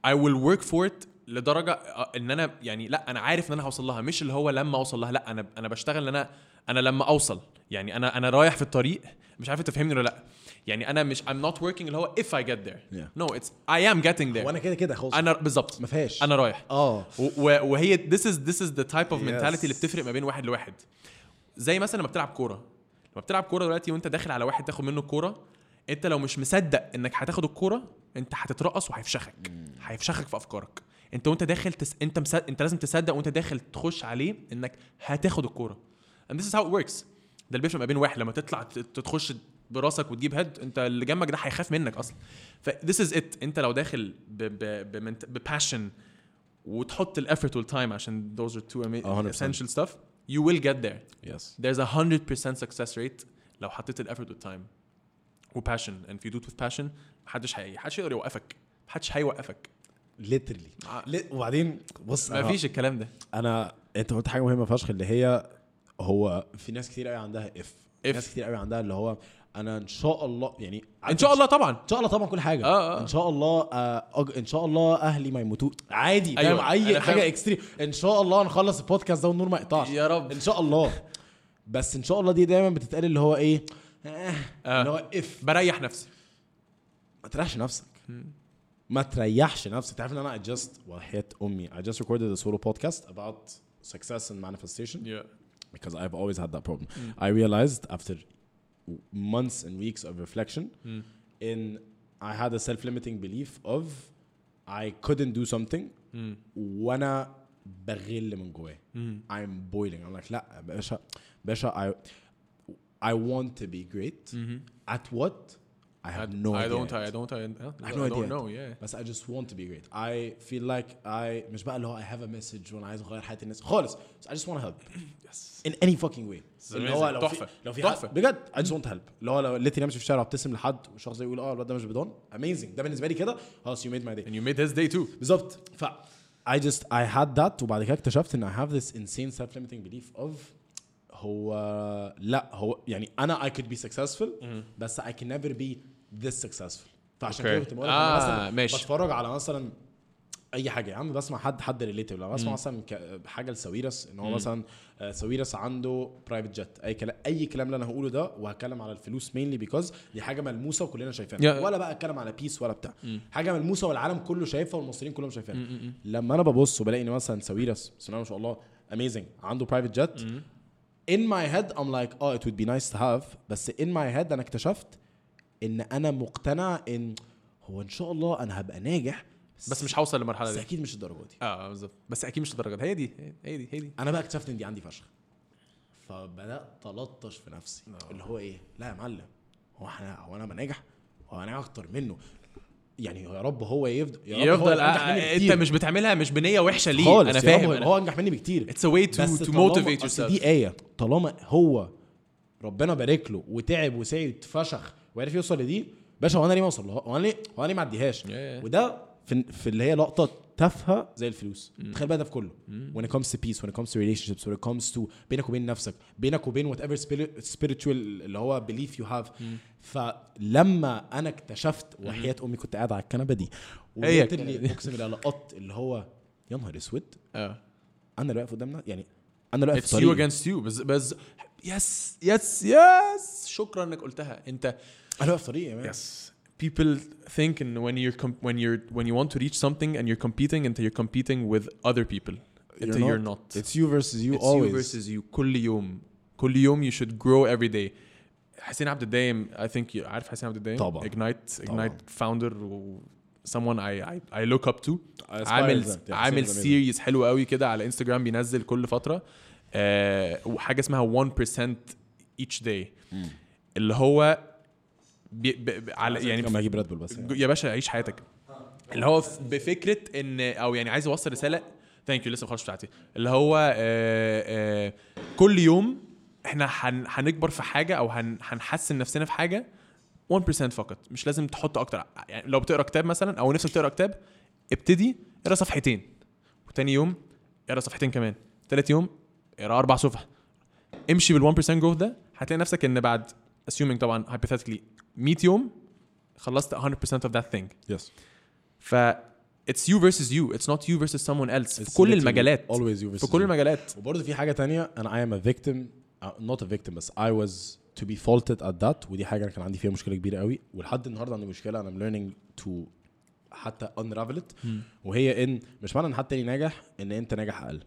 I will work for it لدرجه آه، ان انا يعني لا انا عارف ان انا هوصل لها مش اللي هو لما اوصل لها لا انا انا بشتغل ان انا انا لما اوصل يعني انا انا رايح في الطريق مش عارف انت فاهمني ولا لا يعني انا مش I'm not working اللي هو if I get there Yeah. no it's I am getting there وانا كده كده خلص انا بالظبط ما فيهاش. انا رايح اه و- و- وهي this is this is the type of mentality Yes. اللي بتفرق ما بين واحد لواحد زي مثلا لما بتلعب كوره لما بتلعب كوره دلوقتي وانت داخل على واحد تاخد منه الكوره انت لو مش مصدق انك هتاخد الكوره انت هتترقص وهيفشخك هيفشخك في افكارك انت وانت داخل تس... انت مس... انت لازم تصدق وانت داخل تخش عليه انك هتاخد الكوره and this is how it works ده اللي بيفرق ما بين واحد لما تطلع ت- تخش براسك وتجيب هيد انت اللي جنبك ده هيخاف منك اصلا ف this is it انت لو داخل ب... ب... بمنت... بباشن وتحط الافورت والتايم عشان those are اه، two ama- 100%. essential stuff you will get there يس there's a 100% success rate لو حطيت الافورت والتايم وباشن and if you do it with passion محدش هي محدش يقدر يوقفك محدش هيوقفك ليترلي آه. وبعدين بص أنا- ما فيش الكلام ده انا انت قلت حاجه مهمه فشخ اللي هي هو في ناس كتير قوي عندها اف If. ناس كتير قوي عندها اللي هو انا ان شاء الله يعني ان شاء الله طبعا ان شاء الله طبعا كل حاجه آه، آه. ان شاء الله آه أج... ان شاء الله اهلي ما يموتوا عادي أيوة. أيوة، فاهم اي أنا فاهم. حاجه اكستريم ان شاء الله نخلص البودكاست ده والنور ما يقطعش يا رب. ان شاء الله بس ان شاء الله دي دايما بتتقال اللي هو ايه آه. آه. اللي هو اف بريح نفسي ما تريحش نفسك ما تريحش نفسك تعرف ان انا I just وحياة امي I just recorded a solo podcast about success and manifestation yeah. because I've always had that problem. Mm. I realized after months and weeks of reflection, Mm. in I had a self-limiting belief of I couldn't do something Mm. وانا بغل من جوايا. I'm boiling. I'm like لا باشا باشا I I want to be great. At what? I have no Mm-hmm. I idea. don't yet. I don't I, uh, I have no idea. don't know yeah بس I just want to be great. I feel like I مش بقى اللي هو I have a message وانا عايز اغير حياة الناس خالص. So I just want to help. <coughs> yes. in any fucking way It's اللي هو amazing. لو في تحفة. لو في تحفة. حد بجد I just want help اللي هو لو ليتني امشي في الشارع وابتسم لحد والشخص ده يقول اه الواد ده مش بدون amazing ده بالنسبه لي كده خلاص you made my day and you made his day too بالظبط ف I just I had that وبعد كده اكتشفت ان I have this insane self limiting belief of هو لا هو يعني انا I could be successful بس I can never be this successful فعشان Okay. كده كنت بقول لك أنا آه، مثلا ماشي. بتفرج على مثلا اي حاجه يا عم بسمع حد حد ريليتيف لو بسمع مثلا ك- حاجه لساويرس ان هو مثلا آه، ساويرس عنده برايفت جت اي كلام اي كلام اللي انا هقوله ده وهتكلم على الفلوس مينلي بيكوز دي حاجه ملموسه وكلنا شايفينها Yeah. ولا بقى اتكلم على بيس ولا بتاع حاجه ملموسه والعالم كله شايفها والمصريين كلهم شايفينها لما انا ببص وبلاقي ان مثلا ساويرس بسم الله ما شاء الله اميزنج عنده برايفت جت in my head I'm like oh it would be nice to have بس in my head انا اكتشفت ان انا مقتنع ان هو ان شاء الله انا هبقى ناجح بس مش هوصل للمرحله بس دي اكيد مش الدرجه دي اه بالظبط بس اكيد مش الدرجه دي هي دي هي دي هي دي انا بقى اكتشفت ان دي عندي فشخ فبدات الطش في نفسي آه. اللي هو ايه لا يا معلم هو احنا هو انا بنجح هو انا اكتر منه يعني يا رب هو يفضل يا رب هو يفضل ينجح مني آه، انت بكتير. مش بتعملها مش بنيه وحشه ليه خالص انا يا فاهم رب أنا- هو انجح مني بكتير It's a way to- بس to طالما- motivate أصل yourself. دي ايه طالما هو ربنا بارك له وتعب وسعي واتفشخ وعرف يوصل لدي باشا هو انا ليه ما اوصل لها هو انا ليه هو انا ليه ما عديهاش Yeah, yeah. وده في, في اللي هي لقطه تافهه زي الفلوس تخيل بقى ده في كله when it comes to peace when it comes to relationships when it comes to بينك وبين نفسك بينك وبين whatever spiri- spiritual اللي هو belief you have فلما انا اكتشفت وحياة امي كنت قاعد على الكنبه دي هي وقلت الكنبة لي دي. اقسم بالله لقطت اللي هو يا نهار اسود اه انا اللي واقف قدامنا يعني انا اللي واقف في اتس يو طريقي اجينست يو بس بس يس يس يس شكرا انك قلتها انت انا واقف في طريقي يا مان يس people think in when you're com- when you're when you want to reach something and you're competing انت you're competing with other people انت You're you're not. not It's you versus you It's always you versus you كل يوم كل يوم you should grow every day حسين عبد الدايم I think you, عارف حسين عبد الدايم طبعاً. Ignite طبعاً. Ignite founder و someone I, I, I look up to aspire عامل to that. Yeah, عامل Haseem is amazing. سيريز حلو قوي كده على انستجرام بينزل كل فتره آه وحاجه اسمها 1% each day اللي هو بي بي على يعني لما اجيب ريد بول بس يعني. يا باشا عيش حياتك اللي هو ف- بفكره ان او يعني عايز اوصل رساله ثانك يو لسه ما خلصتش بتاعتي اللي هو آه، آه، كل يوم احنا هن- هنكبر في حاجه او هن- هنحسن نفسنا في حاجه 1% فقط مش لازم تحط اكتر يعني لو بتقرا كتاب مثلا او نفسك تقرا كتاب ابتدي اقرا صفحتين وتاني يوم اقرا صفحتين كمان تالت يوم اقرا اربع صفح امشي بال 1% جوه ده هتلاقي نفسك ان بعد assuming طبعا hypothetically 100 يوم خلصت 100% of that thing يس ف it's you versus you it's not you versus someone else في كل المجالات always you في versus كل you. المجالات وبرضه في حاجه تانية انا I am a victim uh, not a victim بس I was to be faulted at that ودي حاجه انا كان عندي فيها مشكله كبيره قوي ولحد النهارده عندي مشكله انا learning to حتى unravel it Hmm. وهي ان مش معنى ان حد تاني ناجح ان انت ناجح اقل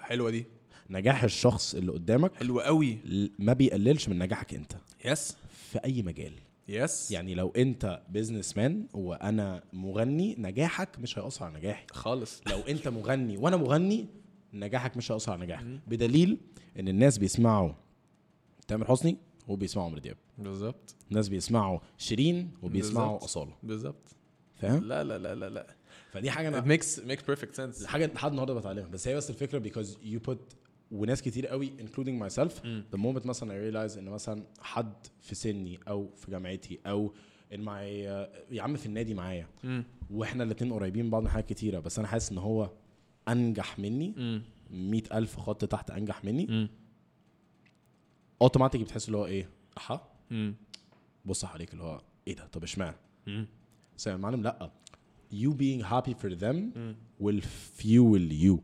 حلوه دي نجاح الشخص اللي قدامك حلوه قوي ل- ما بيقللش من نجاحك انت يس في اي مجال يس يعني لو انت بيزنس مان وانا مغني نجاحك مش هيأثر على نجاحي خالص لو انت مغني وانا مغني نجاحك مش هيأثر على نجاحك بدليل ان الناس بيسمعوا تامر حسني وبيسمعوا عمرو دياب بالظبط الناس بيسمعوا شيرين وبيسمعوا بالظبط. اصاله بالظبط فاهم لا لا لا لا لا فدي حاجه it انا makes makes perfect sense حاجه لحد النهارده بتعلمها بس هي بس الفكره because you put وناس كتير قوي including myself the moment مثلا I realize ان مثلا حد في سني او في جامعتي او in my يا عم في النادي معايا مم. واحنا الاتنين قريبين من بعض من حاجات كتيره بس انا حاسس ان هو انجح مني مم. مئة ألف خط تحت أنجح مني مم. أوتوماتيك بتحس اللي هو إيه أحا مم. بص حواليك اللي هو إيه ده طب إشمعنى مم. بس يا معلم لأ you being happy for them will fuel you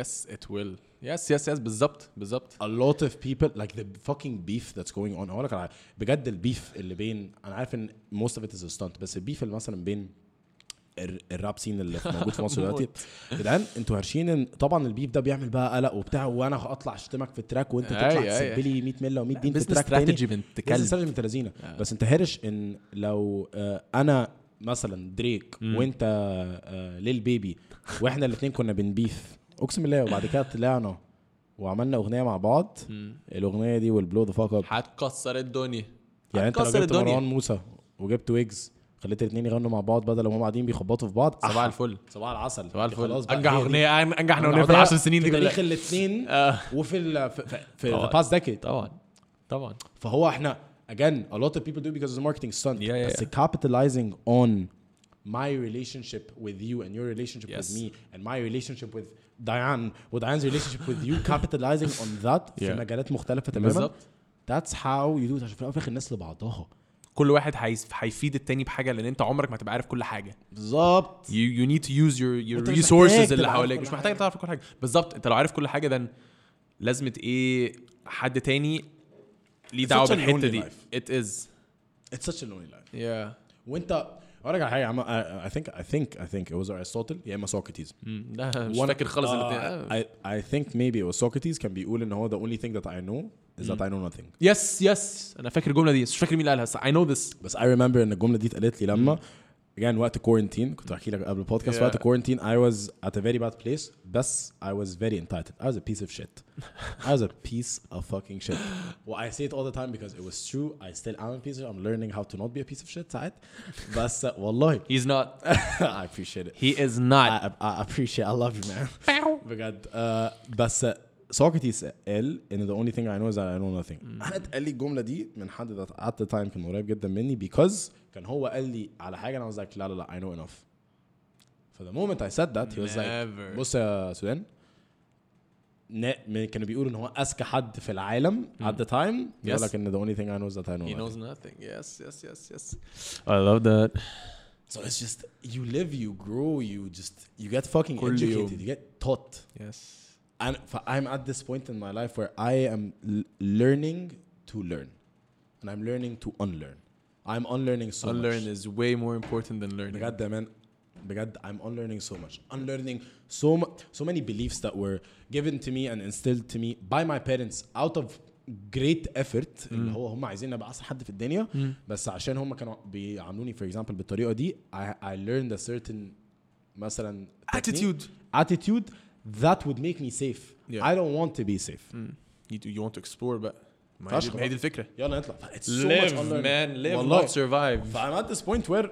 Yes, it will. Yes, yes, yes. بالظبط بالظبط. a lot of people like the fucking beef that's going on هقول لك على حاجة. بجد البيف اللي بين أنا عارف إن most of it is a stunt بس البيف اللي مثلا بين ال- الراب سين اللي موجود في مصر <laughs> دلوقتي يا جدعان انتوا هرشين ان طبعا البيف ده بيعمل بقى قلق وبتاع وانا هطلع اشتمك في التراك وانت أي- تطلع أي- تسب لي 100 مله و100 دين في بزنس التراك تاني استراتيجي بنت كلب كلب. آه. استراتيجي بنت لذينه بس انت هرش ان لو آه، انا مثلا دريك وانت آه، ليل بيبي واحنا الاثنين كنا بنبيف اقسم بالله وبعد كده طلعنا وعملنا اغنيه مع بعض الاغنيه دي والبلو ذا فاك اب هتكسر الدنيا. يعني انت لو هتكسر جبت مروان الدنيا. موسى وجبت ويجز خليت الاثنين يغنوا مع بعض بدل ما هم قاعدين بيخبطوا في بعض صباح الفل. صباح العسل صباح الفل. خلاص بقى، انجح هي دي. اغنيه انجح اغنيه في العربية 10 سنين دي في كلها. تاريخ الاثنين آه. وفي ال في- في- في طبعاً. ذا باست ديكيد طبعا طبعا. فهو احنا again a lot of people do because it's a marketing stunt Yeah, yeah, بس yeah. capitalizing on my relationship with you and your relationship Yes. with me and my relationship with Diane وديان's relationship with <laughs> you capitalizing on that في Yeah. مجالات مختلفة تماما بالظبط. that's how you do it عشان في الأول وفي الآخر الناس لبعضها كل واحد هيس- هيفيد التاني بحاجه لان انت عمرك ما هتبقى عارف كل حاجه. بالظبط You, you need to use your, your أنت مش resources محتاج اللي تبقى عارف حواليك كل مش حاجة. محتاج تعرف كل حاجه بالظبط انت لو عارف كل حاجه ده لازمه ايه حد تاني ليه It's دعوه such a بالحته lonely دي life. it is it's such a lonely life yeah وانت اقول لك على حاجه يا عم I- I think I think I think it was Aristotle يا اما Socrates Uh, مم. لا مش فاكر خالص الاتنين. I, I think maybe it was Socrates كان بيقول ان هو the only thing that I know is Mm-hmm. that I know nothing يس يس انا فاكر الجمله دي بس مش فاكر مين اللي قالها بس I know this بس I remember ان الجمله دي اتقالت لي لما again وقت كورنتين كنت بحكي لك قبل البودكاست Yeah. وقت كورنتين I was at a very bad place بس I was very entitled I was a piece of shit I was a piece of fucking shit well I say it all the time because it was true I still am a piece of I'm learning how to not be a piece of shit ساعات بس والله <laughs> he's not I appreciate it he is not I, I appreciate I love you <laughs> man بجد آه، بس سوكرتيس قال ان the only thing I know is that I know nothing Mm. انا اتقال لي الجمله دي من حد ده قعدت تايم كان قريب جدا مني because كان هو قال لي على حاجه انا was like لا لا لا I know enough ف the moment I said that he was like Never. بص يا سودان نا- م- كانوا بيقولوا ان هو اذكى حد في العالم at the time Mm. Yes. بيقول لك ان the only thing I know is that I know he nothing knows nothing yes yes yes yes I love that so it's just you live you grow you just you get fucking كل يوم. educated you get taught yes and f- I'm at this point in my life where I am l- learning to learn, and I'm learning to unlearn. I'm unlearning so unlearn much. is way more important than learning بجد يا مان بجد I'm unlearning so much. Unlearning so mu- so many beliefs that were given to me and instilled to me by my parents out of great effort اللي هو هم عايزين ابقى احسن حد في الدنيا بس عشان هم كانوا بيعاملوني for example بالطريقه دي I, I learned a certain مثلا technique- attitude attitude that would make me safe. Yeah. I don't want to be safe. you, do, you want to explore بقى ما هي فشخ دي- ما هي دي الفكرة يلا نطلع. It's so much live unlearning. man live والله. not survive فI'm at this point where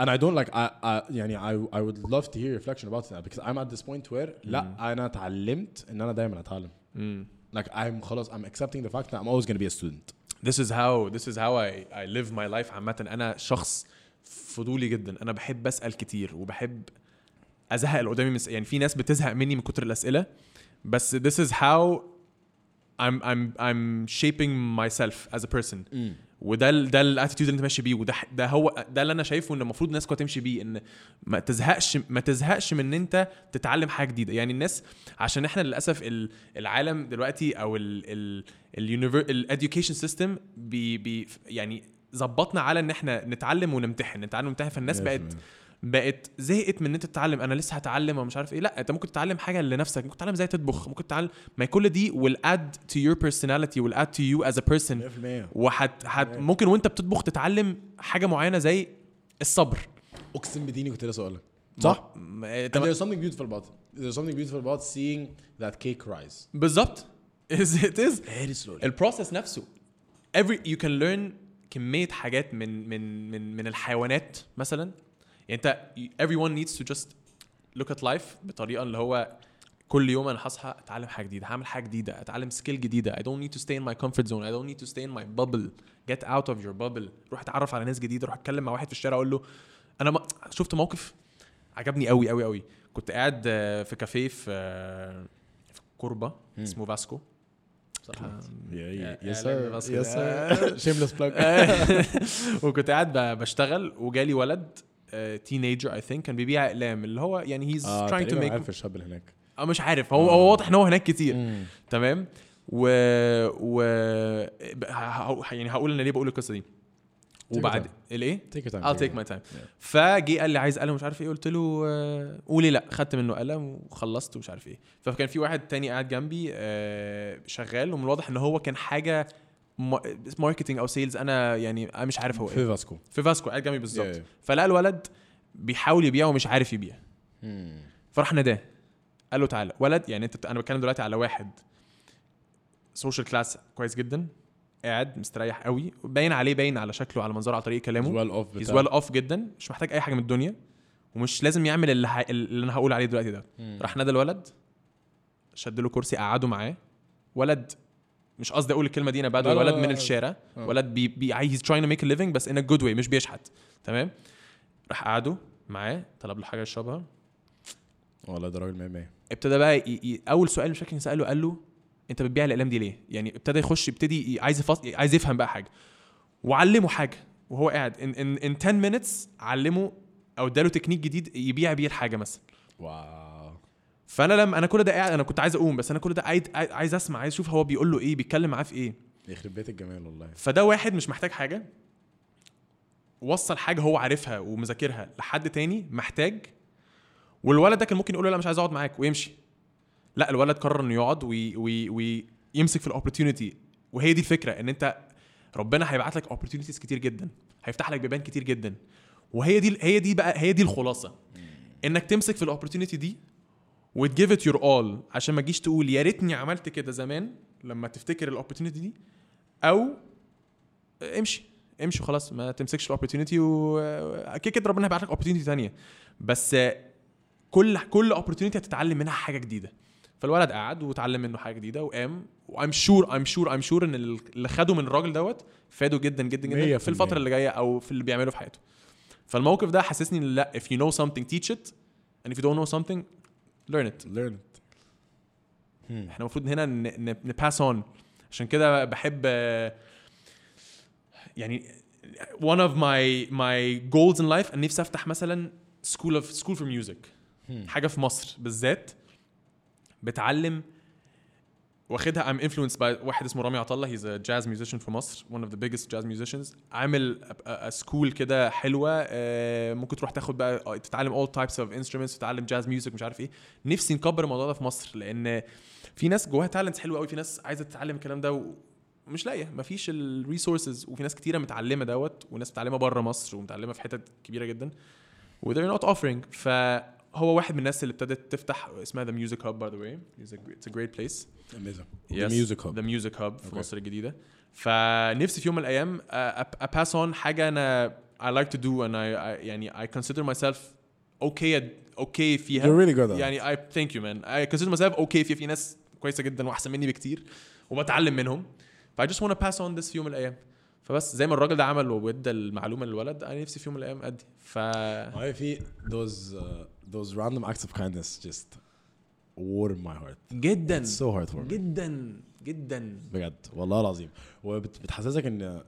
and I don't like I, I يعني I, I would love to hear reflection about it now because I'm at this point where لا انا اتعلمت ان انا دايما اتعلم. Like I'm خلاص I'm accepting the fact that I'm always going to be a student. this is how this is how I I live my life عامة أنا شخص فضولي جدا أنا بحب أسأل كتير وبحب ازهق اللي قدامي من يعني في ناس بتزهق مني من كتر الاسئله بس this is how I'm I'm I'm shaping myself as a person وده ال- ده الاتيتيود اللي انت ماشي بيه وده ح- ده هو ده اللي انا شايفه ان المفروض الناس كلها تمشي بيه ان ما تزهقش ما تزهقش من ان انت تتعلم حاجه جديده يعني الناس عشان احنا للاسف ال- العالم دلوقتي او ال الاديوكيشن سيستم بي بي يعني ظبطنا على ان احنا نتعلم ونمتحن نتعلم ونمتحن فالناس مية في بقت المية. بقت زهقت من ان انت تتعلم انا لسه هتعلم ومش عارف ايه لا انت ممكن تتعلم حاجه لنفسك ممكن تتعلم ازاي تطبخ ممكن تتعلم ما كل دي will add to your personality will add to you as a 100% person وحت حت ممكن وانت بتطبخ تتعلم حاجه معينه زي الصبر اقسم بديني كنت لسه اقولك صح؟ م- م- And تم- there's something beautiful about it. There's something beautiful about seeing that cake rise. بالظبط <laughs> is it is Very slowly. البروسيس نفسه every you can learn كميه حاجات من من من من الحيوانات مثلا يعني انت everyone needs to just look at life بطريقه اللي هو كل يوم انا هصحى اتعلم حاجه جديده هعمل حاجه جديده اتعلم سكيل جديده I don't need to stay in my comfort zone I don't need to stay in my bubble get out of your bubble روح اتعرف على ناس جديده روح اتكلم مع واحد في الشارع اقول له انا ما شفت موقف عجبني قوي قوي قوي كنت قاعد آه، في كافيه في آه، في كوربا اسمه فاسكو بصراحه Yeah, Yeah, yeah, let me ask you sir. <laughs> Shameless plug. Uh, <laughs> وكنت قاعد ب- بشتغل وجالي ولد آه، تينيجر اي ثينك كان بيبيع اقلام اللي هو يعني هيز اه تراينج تو تقريباً ميك عارف آه. الشاب اللي هناك اه مش عارف هو هو واضح ان هو هناك Mm. كتير تمام و و ب- ه- ه- يعني هقول انا ليه بقول القصه دي your وبعد time. الايه؟ Take your time. I'll take my time فجي قال لي عايز قلم مش عارف ايه قلت له آه، قولي لا خدت منه قلم وخلصت ومش عارف ايه فكان في واحد تاني قاعد جنبي آه، شغال ومن الواضح ان هو كان حاجه ماركتنج او سيلز انا يعني أنا مش عارف هو ايه في فاسكو في فاسكو قاعد جنبي بالظبط Yeah, yeah. فلقى الولد بيحاول يبيع ومش عارف يبيع Mm. فراح ناداه قال له تعالى ولد يعني انت بت- انا بتكلم دلوقتي على واحد سوشيال كلاس كويس جدا قاعد مستريح قوي باين عليه باين على شكله على منظره على طريقه كلامه well off هيز بتاع. ويل اوف جدا مش محتاج اي حاجه من الدنيا ومش لازم يعمل اللي, ح... اللي انا هقول عليه دلوقتي ده Mm. راح نادى الولد شد له كرسي قعده معاه ولد مش قصدي اقول الكلمه دي انا لا، بعده لا، ولد لا، من لا. آه. الشارع ولد بي بي هيز تراينج تو ميك ليفنج بس ان ا جود واي مش بيشحت تمام راح قعده معاه طلب له حاجه يشربها والله ده راجل 100 100 ابتدى بقى ي... ي... اول سؤال مش فاكر مين ساله قال له انت بتبيع الاقلام دي ليه؟ يعني ابتدى يخش يبتدي ي... عايز يفص... عايز يفهم بقى حاجه وعلمه حاجه وهو قاعد in, in, in 10 minutes علمه او اداله تكنيك جديد يبيع بيه الحاجه مثلا واو فانا لما انا كل ده قاعد انا كنت عايز اقوم بس انا كل ده عايز عايز اسمع عايز اشوف هو بيقول له ايه بيتكلم معاه في ايه يخرب بيت الجمال والله فده واحد مش محتاج حاجه وصل حاجه هو عارفها ومذاكرها لحد تاني محتاج والولد ده كان ممكن يقول له لا مش عايز اقعد معاك ويمشي لا الولد قرر انه يقعد وي وي ويمسك في الاوبورتيونيتي وهي دي الفكره ان انت ربنا هيبعت لك اوبورتيونيتيز كتير جدا هيفتح لك بيبان كتير جدا وهي دي هي دي بقى هي دي الخلاصه انك تمسك في الاوبورتيونيتي دي وتجيف ات يور اول عشان ما تجيش تقول يا ريتني عملت كده زمان لما تفتكر الاوبورتيونيتي دي او امشي امشي خلاص ما تمسكش الاوبورتيونيتي وكده كده ربنا هيبعت لك اوبورتيونيتي ثانيه بس كل كل اوبورتيونيتي هتتعلم منها حاجه جديده فالولد قعد وتعلم منه حاجه جديده وقام وايم شور ايم شور ايم شور ان اللي خده من الراجل دوت فاده جدا جدا جدا مية في في المية. الفتره اللي جايه او في اللي بيعمله في حياته فالموقف ده حسسني ان لا if you know something teach it and if you don't know something learn it learn it احنا المفروض هنا نباس اون عشان كده بحب آه، يعني one of my my goals in life ان نفسي افتح مثلا school of school for music حاجه في مصر بالذات بتعلم واخدها I'm influenced by واحد اسمه رامي عطله he's a jazz musician في مصر one of the biggest jazz musicians عامل سكول كده حلوه آه، ممكن تروح تاخد بقى آه، تتعلم all types of instruments تتعلم jazz music مش عارف ايه نفسي نكبر الموضوع ده في مصر لان في ناس جواها تالنتس حلوه قوي في ناس عايزه تتعلم الكلام ده و- ومش لاقيه مفيش الريسورسز وفي ناس كتيره متعلمه دوت وناس متعلمه بره مصر ومتعلمه في حتت كبيره جدا وده نوت اوفرنج فهو واحد من الناس اللي ابتدت تفتح اسمها ذا ميوزك هاب باي ذا واي اتس ا جريت بليس amazing the music hub ذا ميوزك هاب في Okay. مصر الجديدة فنفسي في يوم من الأيام أباس أون حاجة أنا I like to do and I, I يعني I consider myself okay at okay فيها You're really good at it. يعني I thank you man I consider myself okay فيها في ناس كويسة جدا وأحسن مني بكتير وبتعلم منهم ف I just want to pass on this في يوم من الأيام فبس زي ما الراجل ده عمل وادى المعلومة للولد أنا نفسي في يوم من الأيام أدي ف هاي في those uh, those random acts of kindness just warm my heart جدا it's so hard for me جدا جدا بجد والله العظيم وبتحسسك ان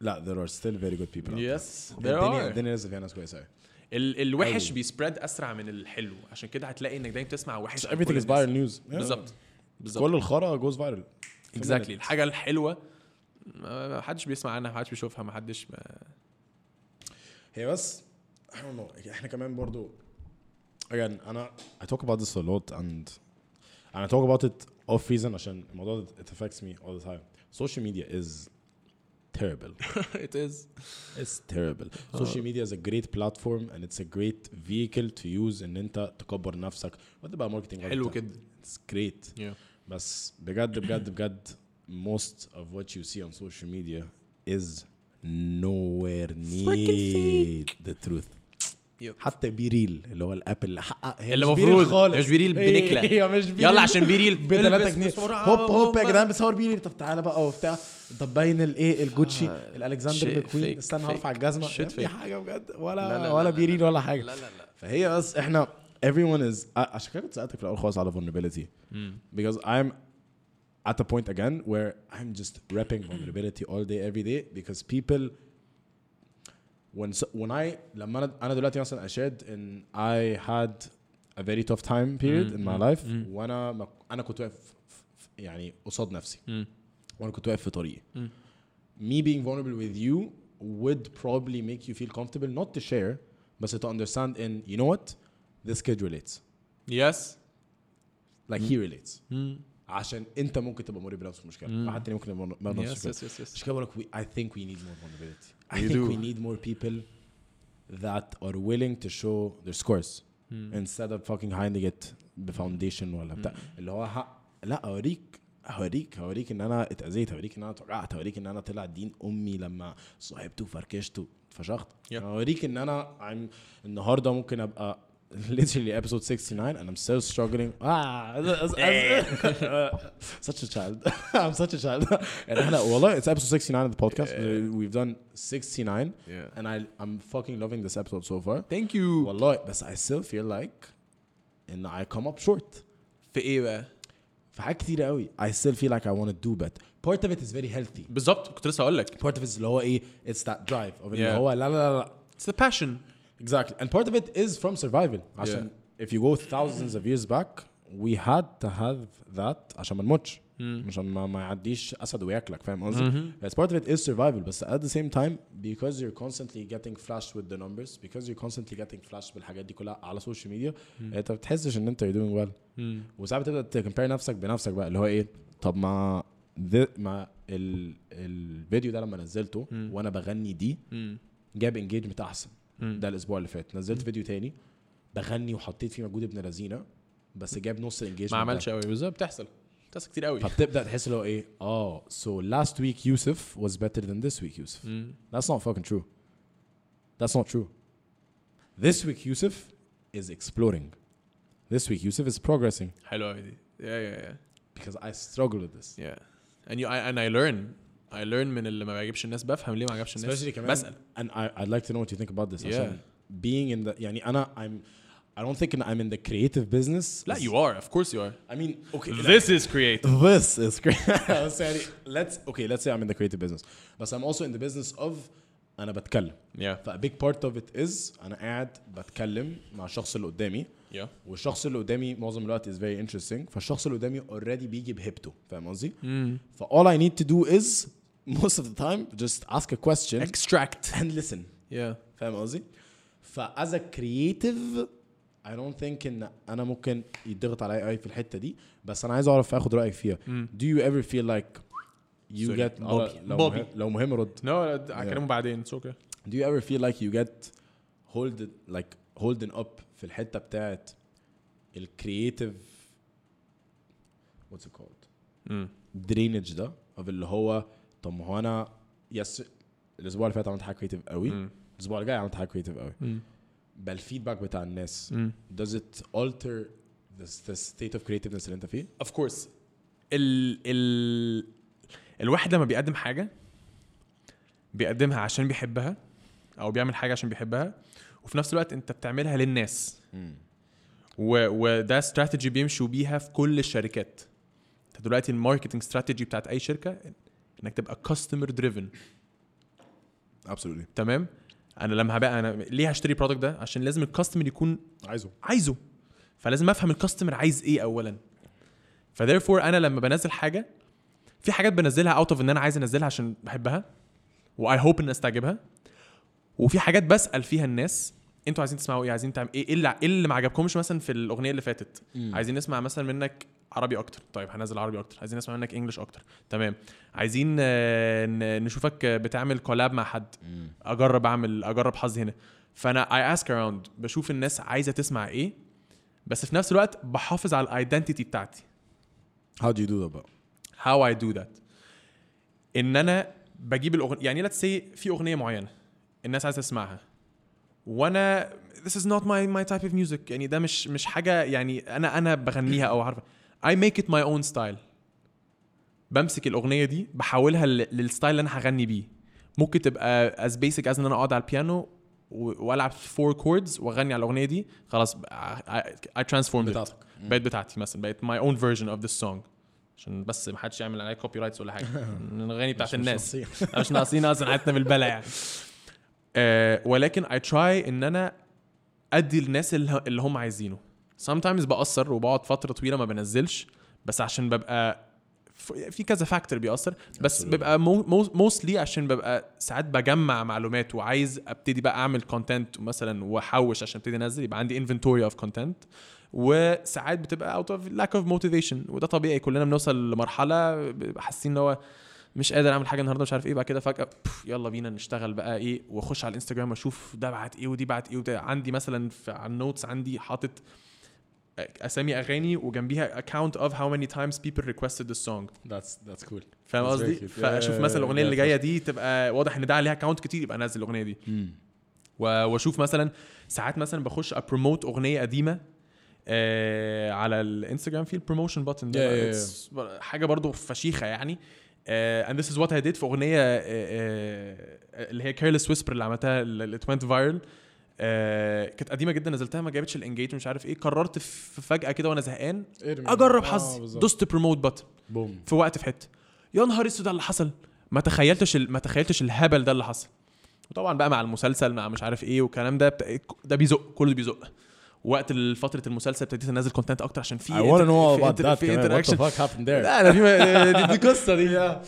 لا there are still very good people out there. يس الدنيا أيوة. الدنيا لسه فيها ناس كويسه قوي ال الوحش بيسبريد اسرع من الحلو عشان كده هتلاقي انك دايما بتسمع وحش عن كل everything is الناس. viral news Yeah. بالظبط بالظبط كل الخرا جوز viral اكزاكتلي الحاجه الحلوه ما ما حدش بيسمع عنها ما حدش بيشوفها ما <laughs> حدش هي بس I don't know احنا كمان برضو again انا I talk about this a lot and and I talk about it off season عشان الموضوع ده it affects me all the time social media is terrible it is It's <laughs> terrible. Social media is a great platform and it's a great vehicle to use ان انت تكبر نفسك وتبقى ماركتنج حلو كده It's great. yeah. بس بجد بجد بجد most of what you see on social media is nowhere near the truth. Yep. حتى بيريل اللي هو الاب اللي حقق هي اللي مش بيريل مفروض- خالص. مش بيريل، هي- بنكلة. هي مش بيريل. يلا عشان بيريل. <laughs> ب 3 البس جنيه بسرعة، هوب هوب آه، يا هوب. جدعان بصور بيريل طب تعالى بقى وبتاع طب باين الايه الجوتشي آه، شيء الالكسندر fake، مcqueen استنى fake. هرفع الجزمه Shit يا ابني fake. حاجه يعني بجد ولا لا، لا، ولا لا، بيريل ولا حاجه لا، لا. فهي بس احنا everyone is آه، عشان كده كنت سالتك في الاول خالص على vulnerability because I'm at the point again where I'm just repping vulnerability all day every day because people when so, when I لما انا انا دلوقتي مثلا I shared and I had a very tough time period in my life وانا ما- انا كنت واقف ف- ف- يعني قصاد نفسي وانا كنت واقف في طريقي me being vulnerable with you would probably make you feel comfortable not to share but to understand and you know what this kid relates يس like he relates عشان انت ممكن تبقى مريض بنفس المشكله او حد تاني ممكن يبقى مريض بنفس يس المشكله يس يس عشان كده بقول لك we- I think we need more vulnerability I We think do. we need more people that are willing to show their scores Hmm. instead of fucking hiding it بفاونديشن ولا بتاع Hmm. اللي هو ها لا اوريك هوريك هوريك ان انا اتاذيت هوريك ان انا اتوجعت هوريك ان انا طلع دين امي لما صاحبته وفركشته فشخت Yeah. هوريك ان انا I'm النهارده ممكن ابقى <laughs> literally episode 69 and I'm still struggling ah <laughs> as- as- <laughs> such a child. I'm such a child. <laughs> and احنا والله it's episode 69 of the podcast. We've done 69 Yeah. and I I'm fucking loving this episode so far. ثانك يو والله بس I still feel like and I come up short. في ايه بقى في حاجات كتير قوي I still feel like I want to do better. Part of it is very healthy. بالظبط كنت لسه هقول لك Part of it is اللي هو ايه it's that drive of اللي Yeah. هو لا لا لا لا it's the passion Exactly. And part of it is from survival. عشان if you go thousands of years back, we had to have that عشان ما نموتش. عشان ما, ما يعديش اسد وياكلك فاهم قصدي؟ As part of it is survival بس at the same time because you're constantly getting flashed with the numbers because you're constantly getting flashed بالحاجات دي كلها على السوشيال ميديا انت ما بتحسش ان انت you're doing well وساعات بتبدا تكمبير نفسك بنفسك بقى اللي هو ايه طب ما ذ- ما ال الفيديو ده لما نزلته وانا بغني دي جاب انجيجمنت احسن ده الاسبوع اللي فات نزلت فيديو تاني بغني وحطيت فيه مجهود ابن لذينه بس جاب نص الانجيجمنت ما <laughs> عملش قوي بالظبط بتحصل بتحصل كتير قوي فبتبدا تحس اللي هو ايه اه so last week يوسف was better than this week يوسف that's not fucking true that's not true this week يوسف is exploring this week يوسف is progressing حلو قوي دي يا يا يا because I struggle with this Yeah. And you I, and I learn. I learn من اللي ما بيعجبش الناس بفهم ليه ما عجبش الناس. especially كمان بسأل. and I, I'd like to know what you think about this Yeah. عشان being in the يعني انا I'm I don't think I'm in the creative business لا you are, of course you are. I mean okay لا. This is creative. this is great. <laughs> بس يعني let's okay let's say I'm in the creative business بس I'm also in the business of أنا بتكلم Yeah. ف a big part of it is أنا قاعد بتكلم مع الشخص اللي قدامي Yeah. والشخص اللي قدامي معظم الوقت is very interesting فالشخص اللي قدامي already بيجي بهيبته فاهم قصدي؟ Mm. ف all I need to do is most of the time just ask a question Extract. and listen Yeah. فاهم قصدي؟ ف as a creative I don't think ان انا ممكن يضغط عليا قوي في الحته دي بس انا عايز اعرف اخد رايك فيها do you ever feel like you Sorry. get Bobby. لو Bobby. مهم- لو مهم رد No, هكلمه بعدين. It's okay. do you ever feel like you get hold like holding up في الحته بتاعت الكرييتيف what's it called drainage ده of اللي هو طب ما هو انا يس الاسبوع اللي فات عملت حاجه كريتيف قوي الاسبوع اللي جاي عملت حاجه كريتيف قوي بل الفيدباك بتاع الناس does it alter the, the state of creativeness اللي انت فيه؟ Of course. ال ال الواحد لما بيقدم حاجة بيقدمها عشان بيحبها أو بيعمل حاجة عشان بيحبها وفي نفس الوقت أنت بتعملها للناس. و... وده استراتيجي بيمشوا بيها في كل الشركات انت دلوقتي الماركتنج استراتيجي بتاعت اي شركه انك تبقى كاستمر دريفن ابسولوتلي تمام انا لما هبقى انا ليه هشتري البرودكت ده عشان لازم الكاستمر يكون عايزه عايزه فلازم افهم الكاستمر عايز ايه اولا فذيرفور انا لما بنزل حاجه في حاجات بنزلها اوت اوف ان انا عايز انزلها عشان بحبها واي هوب الناس تعجبها وفي حاجات بسال فيها الناس انتوا عايزين تسمعوا ايه عايزين تعملوا ايه ايه اللي, إيه اللي ما عجبكمش مثلا في الاغنيه اللي فاتت مم. عايزين نسمع مثلا منك عربي اكتر طيب هنزل عربي اكتر عايزين نسمع منك انجلش اكتر تمام عايزين آه، ن- نشوفك آه، بتعمل كولاب مع حد اجرب اعمل اجرب حظي هنا فانا اي اسك اراوند بشوف الناس عايزه تسمع ايه بس في نفس الوقت بحافظ على الايدنتيتي بتاعتي هاو دو يو دو ده بقى هاو اي دو ذات ان انا بجيب الاغنيه يعني ليتس سي في اغنيه معينه الناس عايزه تسمعها وانا this is not my my type of music يعني ده مش مش حاجه يعني انا انا بغنيها او عارفه I make it my own style بمسك الاغنيه دي بحولها لل- للستايل اللي انا هغني بيه ممكن تبقى as basic as ان انا اقعد على البيانو و- والعب فور كوردز واغني على الاغنيه دي خلاص بقى- I- I transformed it بتاعتك. بقت بتاعتي مثلا بقت my own version of this song عشان بس ما حدش يعمل عليا كوبي رايتس <laughs> ولا حاجه الاغاني بتاعت الناس مش ناقصين اصلا حياتنا بالبلع يعني <laughs> آه ولكن اي تراي ان انا ادي للناس اللي اللي هم عايزينه sometimes بأثر وبقعد فتره طويله ما بنزلش بس عشان ببقى ف- في كذا فاكتور بيأثر بس Absolutely. ببقى موستلي عشان ببقى ساعات بجمع معلومات وعايز ابتدي بقى اعمل كونتنت مثلا واحوش عشان ابتدي انزل يبقى عندي انفنتوري اوف كونتنت وساعات بتبقى اوت اوف لاك اوف موتيفيشن وده طبيعي كلنا بنوصل لمرحله بيبقى حاسين ان هو مش قادر اعمل حاجه النهارده مش عارف ايه بعد كده فجاه بوف، يلا بينا نشتغل بقى ايه واخش على الانستجرام واشوف ده بعت ايه ودي بعت ايه وده عندي مثلا في على النوتس عندي حاطط اسامي اغاني وجنبيها account of how many times people requested this song ذاتس ذاتس كول فاهم That's قصدي؟ very cute. فاشوف Yeah, مثلا الاغنيه yeah, اللي yeah, جايه دي تبقى واضح ان ده عليها اكونت كتير يبقى انزل الاغنيه دي و- واشوف مثلا ساعات مثلا بخش ابروموت اغنيه قديمه آه على الانستجرام في البروموشن بutton ده Yeah, yeah, It's حاجه برضو فشيخه يعني آه and this is what I did في اغنيه آه آه اللي هي كيرلس ويسبر اللي عملتها اللي اتوينت فايرل آه كانت قديمه جدا نزلتها ما جابتش الانجيج مش عارف ايه قررت ف- فجاه كده وانا زهقان آه، اجرب حظي دوست بروموت بتن بوم في وقت في حته يا نهار اسود على اللي حصل ما تخيلتش ال- ما تخيلتش الهبل ده اللي حصل وطبعا بقى مع المسلسل مع مش عارف ايه والكلام ده بت... ده بيزق كله بيزق وقت فتره المسلسل ابتديت انزل كونتنت اكتر عشان في I want to know في about inter- that في كمان. What the interaction. fuck happened there? لا انا في دي- دي القصة دي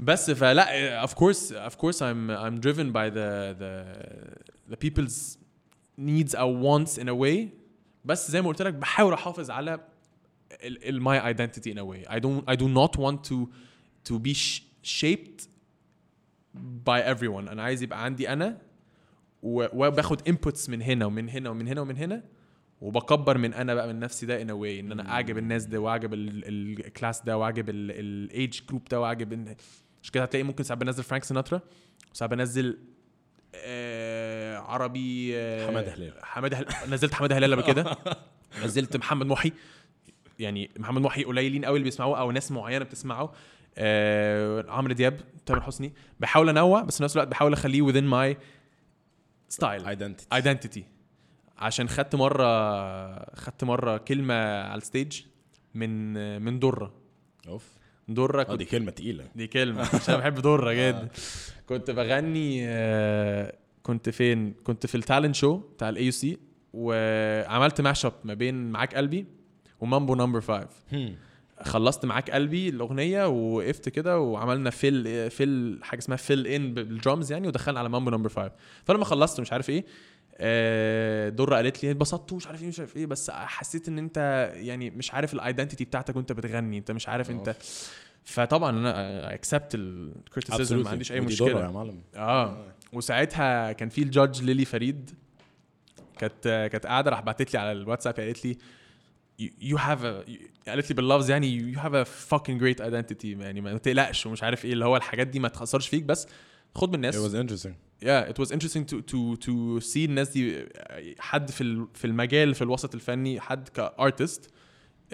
بس فلا of course of course I'm I'm driven by the the the people's needs or wants in a way بس زي ما قلت لك بحاول احافظ على ال, ال my identity in a way I don't I do not want to to be sh- shaped by everyone انا عايز يبقى عندي انا و- وباخد inputs من هنا ومن هنا ومن هنا ومن هنا وبكبر من انا بقى من نفسي ده in a way ان انا اعجب الناس ده واعجب الكلاس ده واعجب الايدج جروب ده واعجب إن- عشان كده هتلاقي ممكن ساعات بنزل فرانك سيناترا وساعات بنزل آه عربي آه حمادة هلال. حماده هلال نزلت حماده هلال قبل كده نزلت محمد محي يعني محمد محي قليلين قوي اللي بيسمعوه او ناس معينه بتسمعه آه عمرو دياب تامر حسني بحاول انوع بس في نفس الوقت بحاول اخليه within my style ايدنتيتي identity عشان خدت مره خدت مره كلمه على الستيج من من دره اوف دره آه، كنت دي كلمة تقيلة دي كلمه عشان انا بحب دره جدا كنت بغني آه، كنت فين كنت في التالنت شو بتاع الاي يو سي وعملت ماش اب ما بين معاك قلبي ومامبو نمبر 5 خلصت معاك قلبي الاغنيه ووقفت كده وعملنا فيل فيل حاجه اسمها فيل ان بالدرامز يعني ودخلنا على مامبو نمبر 5 فلما خلصت مش عارف ايه آه، دره قالت لي اتبسطت ومش عارف ايه مش عارف ايه بس حسيت ان انت يعني مش عارف الايدنتيتي بتاعتك وانت بتغني انت مش عارف انت فطبعا انا اكسبت الكريتيسيزم ما Absolutely. عنديش اي ودي مشكله دورة يا معلم اه وساعتها كان في الجادج ليلي فريد كانت كانت قاعده راح بعتت لي على الواتساب قالت لي يو هاف قالت لي باللفظ يعني يو هاف ا فاكينج جريت ايدنتيتي يعني ما تقلقش ومش عارف ايه اللي هو الحاجات دي ما تخسرش فيك بس خد من It الناس was interesting yeah it was interesting to to to see الناس دي حد في ال- في المجال في الوسط الفني حد كارتست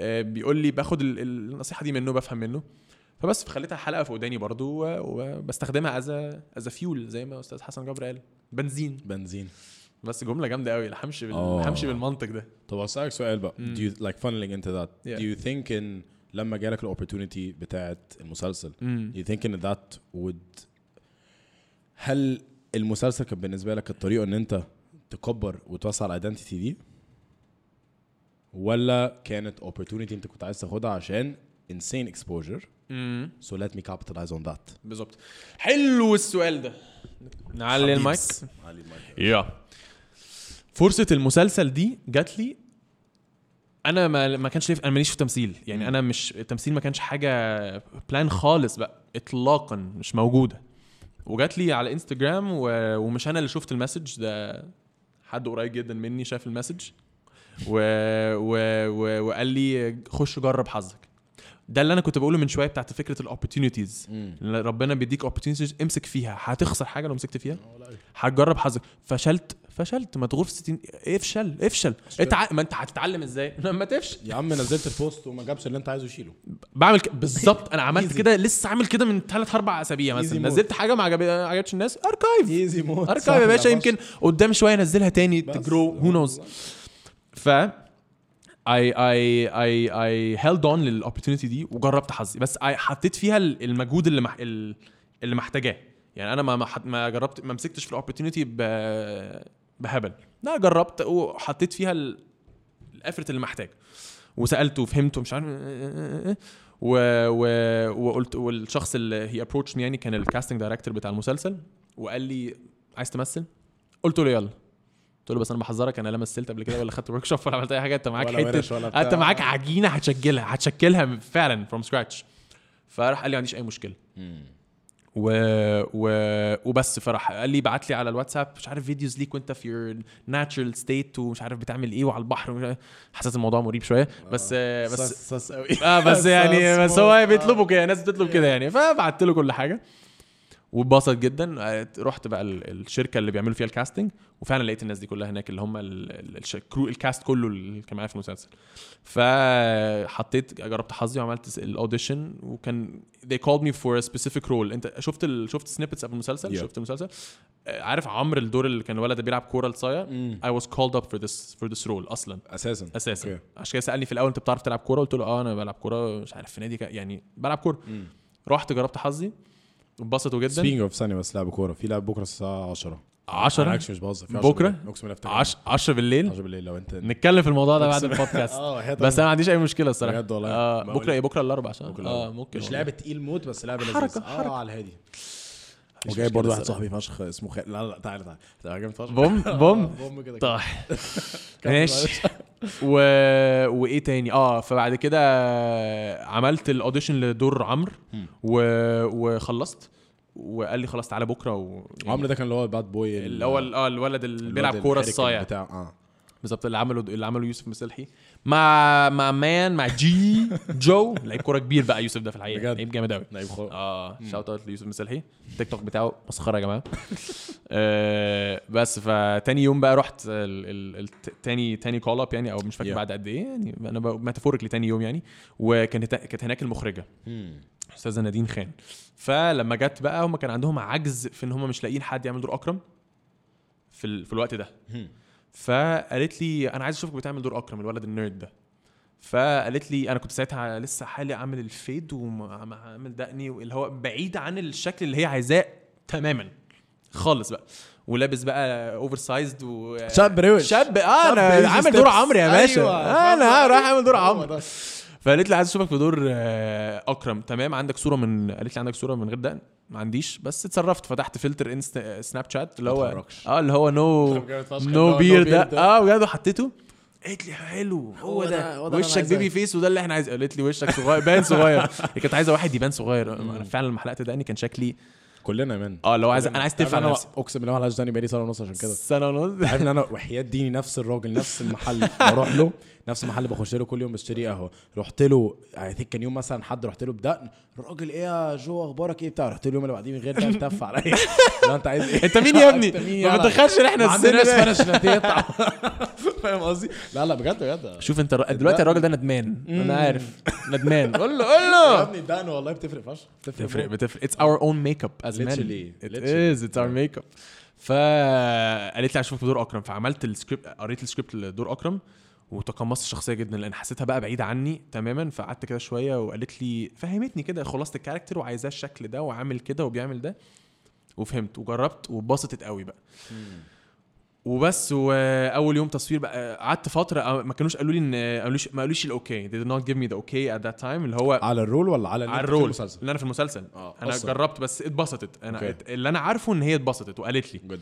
بيقول لي باخد ال- ال- النصيحه دي منه بفهم منه فبس فخليتها حلقه في وداني برضو و- وبستخدمها از از فيول زي ما استاذ حسن جبر قال بنزين بنزين بس جمله جامده قوي لا همشي بال... آه. همشي بالمنطق ده طب اسالك سؤال بقى do you like funneling into that Hmm. Yeah. do you think in لما جالك الاوبورتونيتي بتاعت المسلسل مم. do you think in that would هل المسلسل كان بالنسبه لك الطريقه ان انت تكبر وتوسع الايدنتيتي دي ولا كانت opportunity انت كنت عايز تاخدها عشان insane exposure امم so let me capitalize on that بالظبط حلو السؤال ده نعلي المايك حبيبس. علي المايك يا فرصه المسلسل دي جات لي انا ما ما كانش ليا انا ماليش في تمثيل يعني انا مش التمثيل ما كانش حاجه بلان خالص بقى اطلاقا مش موجوده وجات لي على انستجرام و... ومش انا اللي شفت المسج ده حد قريب جدا مني شاف المسج و... و... و... وقال لي خش جرب حظك ده اللي انا كنت بقوله من شويه بتاعت فكره الاوبورتيونيتيز ربنا بيديك اوبورتيونيتيز امسك فيها هتخسر حاجه لو مسكت فيها هتجرب حظك فشلت فشلت ما تغور في 60 افشل افشل اتع... ما انت هتتعلم ازاي <laughs> لما تفشل يا عم نزلت البوست وما جابش اللي انت عايزه شيله بعمل ك... بالظبط انا عملت Easy. كده لسه عامل كده من ثلاث اربع اسابيع مثلا Easy mode. نزلت حاجه ما عجب- ما عجبتش الناس اركايف ايزي مود اركايف يا باشا يمكن قدام شويه انزلها تاني تجرو هو نوز ف اي اي اي اي هيلد اون للاوبورتونيتي دي وجربت حظي بس I حطيت فيها ال- المجهود اللي مح... ال- اللي محتاجاه يعني انا ما ما, حط... ما جربت ما مسكتش في الاوبورتونيتي ب... بهبل لا جربت وحطيت فيها ال... الافرت اللي محتاج وسالته وفهمته مش عارف و... و... وقلت والشخص اللي هي ابروتش يعني كان الكاستنج دايركتور بتاع المسلسل وقال لي عايز تمثل قلت له يلا قلت له بس انا بحذرك انا لا مثلت قبل كده ولا خدت ورك شوب <laughs> ولا عملت اي حاجه انت معاك ولا ورش ولا حته بتاع. انت معاك عجينه هتشكلها هتشكلها فعلا فروم سكراتش فراح قال لي ما عنديش اي مشكله و... و... وبس فرح قال لي بعت لي على الواتساب مش عارف فيديوز ليك وانت في يور ناتشرال ستيت ومش عارف بتعمل ايه وعلى البحر ومش عارف- حسيت الموضوع مريب شويه بس آه، بس بس سس قوي <laughs> اه بس يعني <laughs> ساس بس هو موت. آه. بيطلبوا كده ناس بتطلب كده يعني فبعت له كل حاجه واتبسط جدا آه، رحت بقى ال- الشركه اللي بيعملوا فيها الكاستنج وفعلا لقيت الناس دي كلها هناك اللي هم الكرو الكاست كله اللي كان معايا في المسلسل فحطيت جربت حظي وعملت الاوديشن وكان they called me for a specific role انت شفت ال... شفت سنيبتس قبل المسلسل Yeah. شفت المسلسل آه، عارف عمرو الدور اللي كان الولد ده بيلعب كوره لصايع I was called up for this for this role اصلا اساسا اساسا أوكي. عشان كده سالني في الاول انت بتعرف تلعب كوره قلت له اه انا بلعب كوره مش عارف في نادي كا- يعني بلعب كوره رحت جربت حظي اتبسطوا جدا سبينج اوف ثانيه بس لعب كوره في لعب بكره الساعه 10 انا 10 actually مش بهزر في بكرة؟ 10 بالليل. اقسم بالله افتكر 10 10 بالليل 10 بالليل لو انت نتكلم في الموضوع ده <laughs> بعد البودكاست اه هي بس طبعاً. انا ما عنديش اي مشكله الصراحه بجد والله. آه بقول- بكره ايه بكره الاربعاء صح؟ بكرة اه الأول. ممكن مش والله. لعبه تقيل موت بس لعبه حركة- لذيذه حركة. اه على الهادي مش وجايب برضه مشكلة واحد الصراحة. صاحبي فشخ اسمه خالد لا لا تعالى تعالى تعالى جامد فشخ <laughs> بوم بوم آه، بوم كده <laughs> طيب <laughs> كمل ماشي <laughs> و... وايه تاني اه فبعد كده عملت الاوديشن لدور عمرو و... وخلصت وقال لي خلاص تعالى بكره و... عمرو ده كان اللي هو الباد بوي ال- اللي هو ال- اه الولد اللي الواد بيلعب كوره الحركة الصايع بتاع اه بالظبط اللي عمله اللي عمله يوسف مسلحي مع مع مان مع <laughs> جي جو لعيب كوره كبير بقى يوسف ده في الحقيقه بجد؟ لعيب جامد قوي نايم خالص اه شاوت اوت ليوسف مسلحي التيك توك بتاعه مسخره يا جماعه <laughs> آه بس فتاني يوم بقى رحت ال- ال- الت- تاني تاني كول اب يعني او مش فاكر Yeah. بعد قد ايه يعني انا ميتافوريكلي تاني يوم يعني وكانت كانت هناك المخرجه استاذه نادين خان فلما جت بقى هم كان عندهم عجز في ان هم مش لاقيين حد يعمل دور اكرم في ال... في الوقت ده فقالت لي انا عايز اشوفك بتعمل دور اكرم الولد النيرد ده فقالت لي انا كنت ساعتها لسه حالي عامل الفيد وعامل دقني اللي هو بعيد عن الشكل اللي هي عايزاه تماما خالص بقى ولابس بقى اوفر سايزد و شاب روش شاب اه شاب انا بيزي عامل دور ستيبس. عمرو يا باشا أيوة. أيوة. انا رايح اعمل دور هو عمرو ده. فقالت لي عايز اشوفك في دور آه، اكرم تمام عندك صوره من قالت لي عندك صوره من غير دقن ما عنديش بس اتصرفت فتحت فلتر انست آه، سناب شات اللي ما هو تهرجش. اه اللي هو نو طب جامد فشخ، اللي هو نو no بير ده beard ده. اه بجد وحطيته قالت لي حلو هو هو ده- ده هو ده اللي أنا وشك عايزاه. بيبي فيس وده اللي احنا عايزينه قالت لي وشك صغير باين <laughs> صغير هي كانت عايزه واحد يبان صغير انا فعلا لما حلقت دقني كان شكلي كلنا يا مان اه لو عايز انا عايز تعرف تدفع انا نفسي اقسم بالله ما لهاش داني بقالي سنه ونص عشان كده سنه ونص عارف ان انا وحياة ديني نفس الراجل نفس المحل بروح له نفس المحل بخش له كل يوم بشتري قهوه رحت له اي ثينك كان يوم مثلا حد رحت له بدقن الراجل ايه يا جو اخبارك ايه بتاع رحت له اليوم اللي بعديه من غير دقن تف <laughs> عليا لو انت عايز ايه انت مين يا ابني؟ أنت مين ما يلا؟ بتدخلش ان احنا ما عندنا السن ده. اسبانيش لاتيه <laughs> يطلع. فاهم قصدي؟ لا لا بجد بجد شوف انت الر- دلوقتي الراجل ده ندمان انا عارف ندمان قول له قول يا له <laughs> ابني الدقن والله بتفرق فشخ بتفرق بتفرق اتس اور اون ميك اب as men Literally. it Literally. is it's our makeup فقالت لي اشوفك بدور اكرم فعملت السكريبت قريت السكريبت لدور اكرم وتقمصت الشخصيه جدا لان حسيتها بقى بعيده عني تماما فقعدت كده شويه وقالت لي فهمتني كده خلاصه الكاركتر وعايزاه الشكل ده وعامل كده وبيعمل ده وفهمت وجربت واتبسطت قوي بقى وبس واول يوم تصوير بقى قعدت فتره أه، ما كانوش قالوا لي ان ما قالوش ما قالوش الاوكي they did not give me the okay at that time اللي هو على الرول ولا على على الرول المسلسل اللي انا في المسلسل آه، انا أصلاً. جربت بس اتبسطت انا أوكي. okay. اللي انا عارفه ان هي اتبسطت وقالت لي جود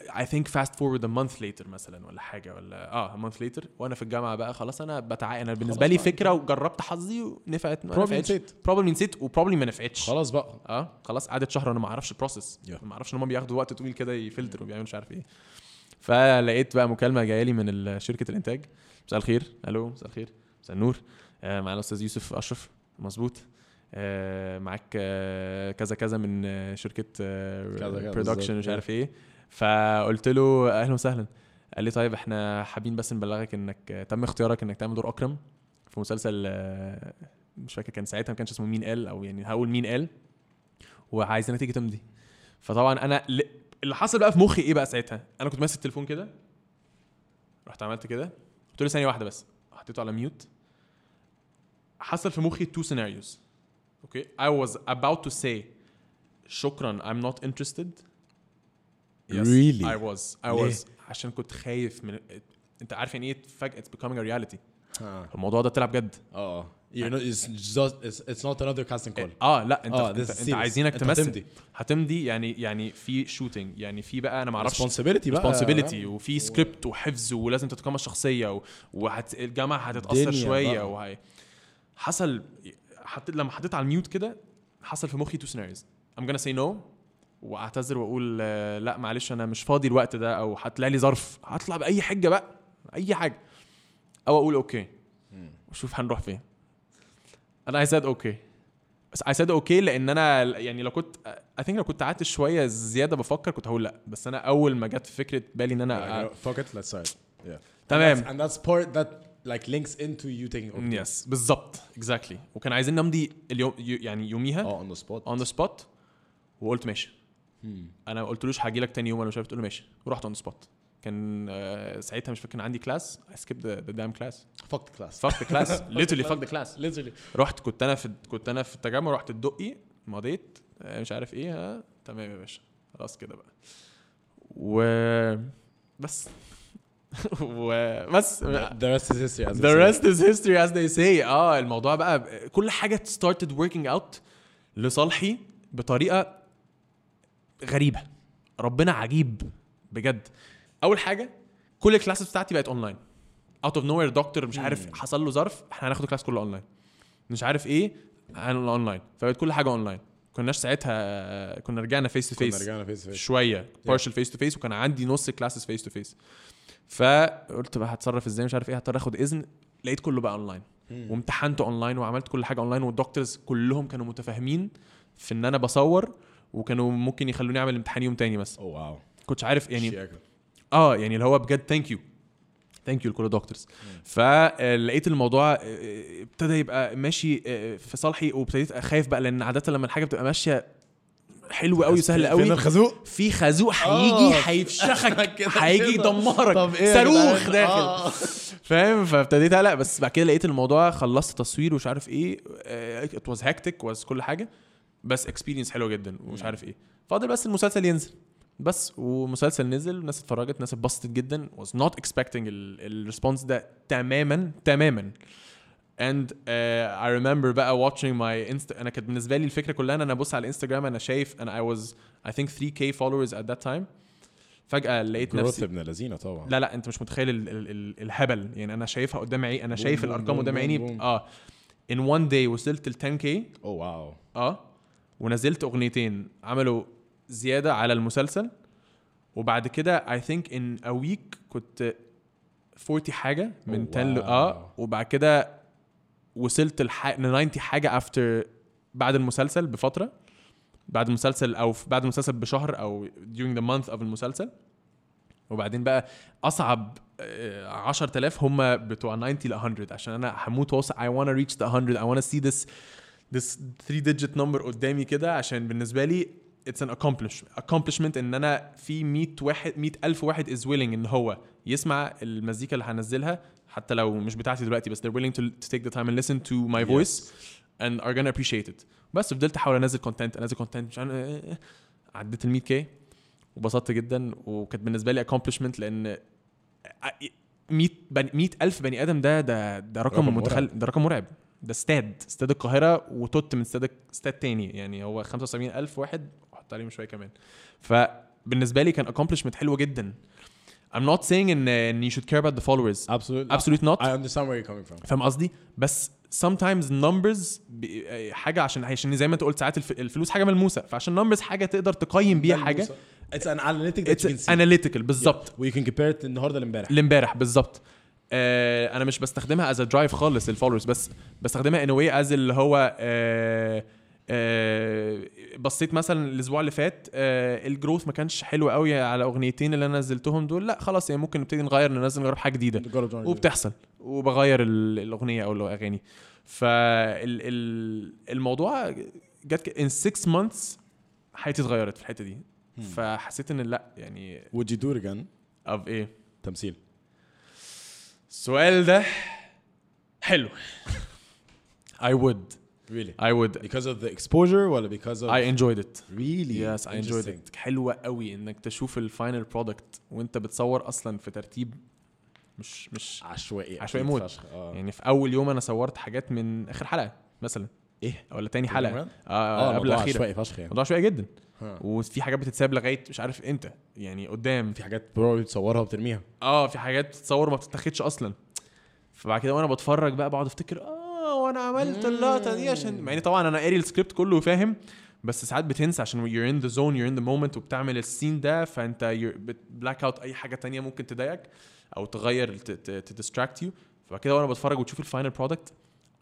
I think fast forward a month later مثلا ولا حاجه ولا اه a month later وانا في الجامعه بقى خلاص انا بتعا انا بالنسبه خلاص لي بقى. فكره وجربت حظي ونفعت ما Probably نفعتش نسيت. probably نسيت وبروبلي ما نفعتش خلاص بقى اه خلاص قعدت شهر انا ما اعرفش البروسيس Yeah. ما اعرفش ان هم بياخدوا وقت طويل كده يفلتروا وبيعملوا مش عارف ايه فلقيت بقى مكالمه جايه لي من ال- شركه الانتاج مساء الخير الو مساء الخير مساء النور آه مع الاستاذ يوسف اشرف مظبوط آه معاك آه كذا كذا من آه شركه كذا كذا آه بالظبط. برودكشن مش عارف ايه فقلت له اهلا وسهلا قال لي طيب احنا حابين بس نبلغك انك آه، تم اختيارك انك تعمل دور اكرم في مسلسل آه، مش فاكر كان ساعتها ما كانش اسمه مين قال او يعني هقول مين قال وعايزينك تيجي تمضي فطبعا انا ل- اللي حصل بقى في مخي ايه بقى ساعتها انا كنت ماسك التليفون كده رحت عملت كده قلت له ثانيه واحده بس حطيته على ميوت حصل في مخي تو سيناريوز اوكي I was about to say شكرا I'm not interested Really? I was I ليه؟ was عشان كنت خايف من انت عارف يعني ايه فجأة it's becoming a reality الموضوع ده طلع بجد اه you know it's just it's, it's not another casting call اه لا انت آه، آه this انت, is انت serious. عايزينك أنت تمثل هتمضي. هتمضي هتمضي يعني يعني في شوتنج يعني في بقى انا ما اعرفش responsibility بقى آه. responsibility وفي سكريبت وحفظ ولازم تتقمص شخصيه و- وهت الجامعه هتتاثر الدنيا شويه بقى. وهي حصل حطيت لما حطيت على الميوت كده حصل في مخي تو سيناريوز I'm gonna say no واعتذر واقول آه، لا معلش انا مش فاضي الوقت ده او هتلاقي لي ظرف هطلع باي حجه بقى اي حاجه او اقول اوكي وشوف هنروح فين انا I said okay بس I said okay لان انا يعني لو كنت I think لو كنت قعدت شويه زياده بفكر كنت هقول لا بس انا اول ما جت فكره بالي ان انا Like, uh, fuck it let's try it yeah تمام. and that's, and that's part that like links into you taking over يس بالظبط اكزاكتلي exactly. وكان عايزين نمضي اليوم يو- يعني يوميها اه on the spot اون ذا سبوت وقلت ماشي انا ما قلتلوش هاجي لك تاني يوم ولا مش عارف تقول له ماشي ورحت اون ذا سبوت كان آه، ساعتها مش فاكر كان عندي كلاس اي سكيب ذا دام كلاس fuck Uh, the class فاك ذا كلاس ليترلي فاك ذا كلاس literally رحت كنت انا في كنت انا في التجمع رحت الدقي مضيت آه، مش عارف ايه ها تمام يا باشا خلاص كده بقى و بس <laughs> وبس the rest is history as The rest is history as they say اه الموضوع بقى ب- كل حاجة started working out لصالحي بطريقة غريبة ربنا عجيب بجد أول حاجة كل الكلاسز بتاعتي بقت أونلاين اوت اوف نوير دكتور مش عارف حصل له ظرف احنا هناخد الكلاس كله اونلاين مش عارف ايه هنعمل اونلاين فبقت كل حاجه اونلاين كناش ساعتها كنا رجعنا فيس تو كنا فيس رجعنا فيس فيس شويه بارشل فيس تو فيس وكان عندي نص كلاسز فيس تو فيس فقلت بقى هتصرف ازاي مش عارف ايه هضطر اخد اذن لقيت كله بقى اونلاين وامتحنت اونلاين وعملت كل حاجه اونلاين والدكتورز كلهم كانوا متفاهمين في ان انا بصور وكانوا ممكن يخلوني اعمل امتحان يوم تاني بس oh واو كنتش عارف يعني شياكة. اه يعني اللي هو بجد ثانك يو ثانك يو لكل دكتورز فلقيت الموضوع آه، آه، ابتدى يبقى ماشي آه، في صالحي وابتديت اخاف بقى لان عاده لما الحاجه بتبقى ماشيه حلوه Oh, قوي وسهله فين قوي الخازوق في آه. خازوق هيجي هيفشخك <laughs> كده هيجي كده. يدمرك طب ايه يا صاروخ جدعان؟ داخل آه. فاهم فابتديت اقلق بس بعد كده لقيت الموضوع خلصت تصوير ومش عارف ايه ات واز هاكتك واز كل حاجه بس اكسبيرينس حلوه جدا ومش عارف ايه فاضل بس المسلسل ينزل بس ومسلسل نزل الناس اتفرجت الناس اتبسطت جدا was not expecting الريسبونس ده تماما تماما and uh, I remember بقى watching my insta انا كانت بالنسبه لي الفكره كلها ان انا ابص على الانستجرام انا شايف انا I was I think 3k followers at that time فجاه لقيت growth نفسي ابن لذينه طبعا لا لا انت مش متخيل ال ال ال الهبل يعني انا شايفها قدام عيني انا شايف بوم الارقام بوم قدام بوم عيني بوم. اه in one day وصلت ل 10k oh واو اه ونزلت اغنيتين عملوا زياده على المسلسل وبعد كده I think in a week كنت 40 حاجه من Oh, 10 ل wow. اه وبعد كده وصلت لح... ل 90 حاجه after بعد المسلسل بفتره بعد المسلسل او في- بعد المسلسل بشهر او during the month of المسلسل وبعدين بقى اصعب آه، 10000 هم بتوع 90 ل 100 عشان انا هموت واوصل I wanna reach the 100 I wanna see this this 3 digit number قدامي كده عشان بالنسبه لي اتس ان accomplishment accomplishment ان انا في 100 واحد 100 الف واحد از willing ان هو يسمع المزيكا اللي هنزلها حتى لو مش بتاعتي دلوقتي بس they're willing to, to take the time and listen to my voice and are gonna appreciate it بس فضلت احاول انزل كونتنت انزل كونتنت مش عارف إيه، عديت ال 100 كي وبسطت جدا وكانت بالنسبه لي accomplishment لان 100 بني 100 الف بني ادم ده ده ده رقم, رقم رقم متخل... ده رقم مرعب ده استاد استاد القاهره وتوت من استاد استاد تاني يعني هو 75000 واحد وحط عليهم شويه كمان فبالنسبه لي كان accomplishment حلو جدا I'm not saying ان ان you should care about the followers Absolutely. absolute not I understand where you're coming from. فاهم قصدي بس sometimes numbers ب- حاجه عشان عشان زي ما انت قلت ساعات الف- الفلوس حاجه ملموسه فعشان numbers حاجه تقدر تقيم بيها حاجه It's an analytic that you can it's see. analytical بالظبط We can compare it النهارده لامبارح. لامبارح بالظبط آه انا مش بستخدمها از درايف خالص الفولورز بس بستخدمها ان واي از اللي هو آه آه بصيت مثلا الاسبوع اللي فات آه الجروث ما كانش حلو قوي على اغنيتين اللي انا نزلتهم دول لا خلاص يعني ممكن نبتدي نغير ننزل نجرب حاجه جديده نجرب نعمل وبتحصل وبغير ال- الاغنيه او الاغاني فالموضوع جت ان 6 مانثس حياتي اتغيرت في الحته دي فحسيت ان لا يعني Would you do it again? of ايه تمثيل. السؤال ده حلو I would Really? I would Because of the exposure ولا because of I enjoyed it really yes I enjoyed interesting. it حلوة قوي انك تشوف الفاينل برودكت وانت بتصور اصلا في ترتيب مش مش عشوائي عشوائي أكيد موت. فشخ. آه. يعني في اول يوم انا صورت حاجات من اخر حلقة مثلا ايه؟ ولا تاني مرة؟ حلقة اه آه قبل الموضوع الاخيرة عشوائي فشخ يعني موضوع عشوائي جدا ها. وفي حاجات بتتساب لغاية مش عارف امتى يعني قدام في حاجات برو بتصورها وبترميها اه في حاجات بتتصور ما بتتاخدش اصلا فبعد كده وانا بتفرج بقى بقعد افتكر اه وانا عملت اللقطه دي عشان مع اني طبعا انا قاري السكريبت كله وفاهم بس ساعات بتنسى عشان you're in the zone you're in the moment وبتعمل السين ده فانت بلاك اوت اي حاجه تانية ممكن تضايقك او تغير تديستراكت يو فبعد كده وانا بتفرج وتشوف الفاينل برودكت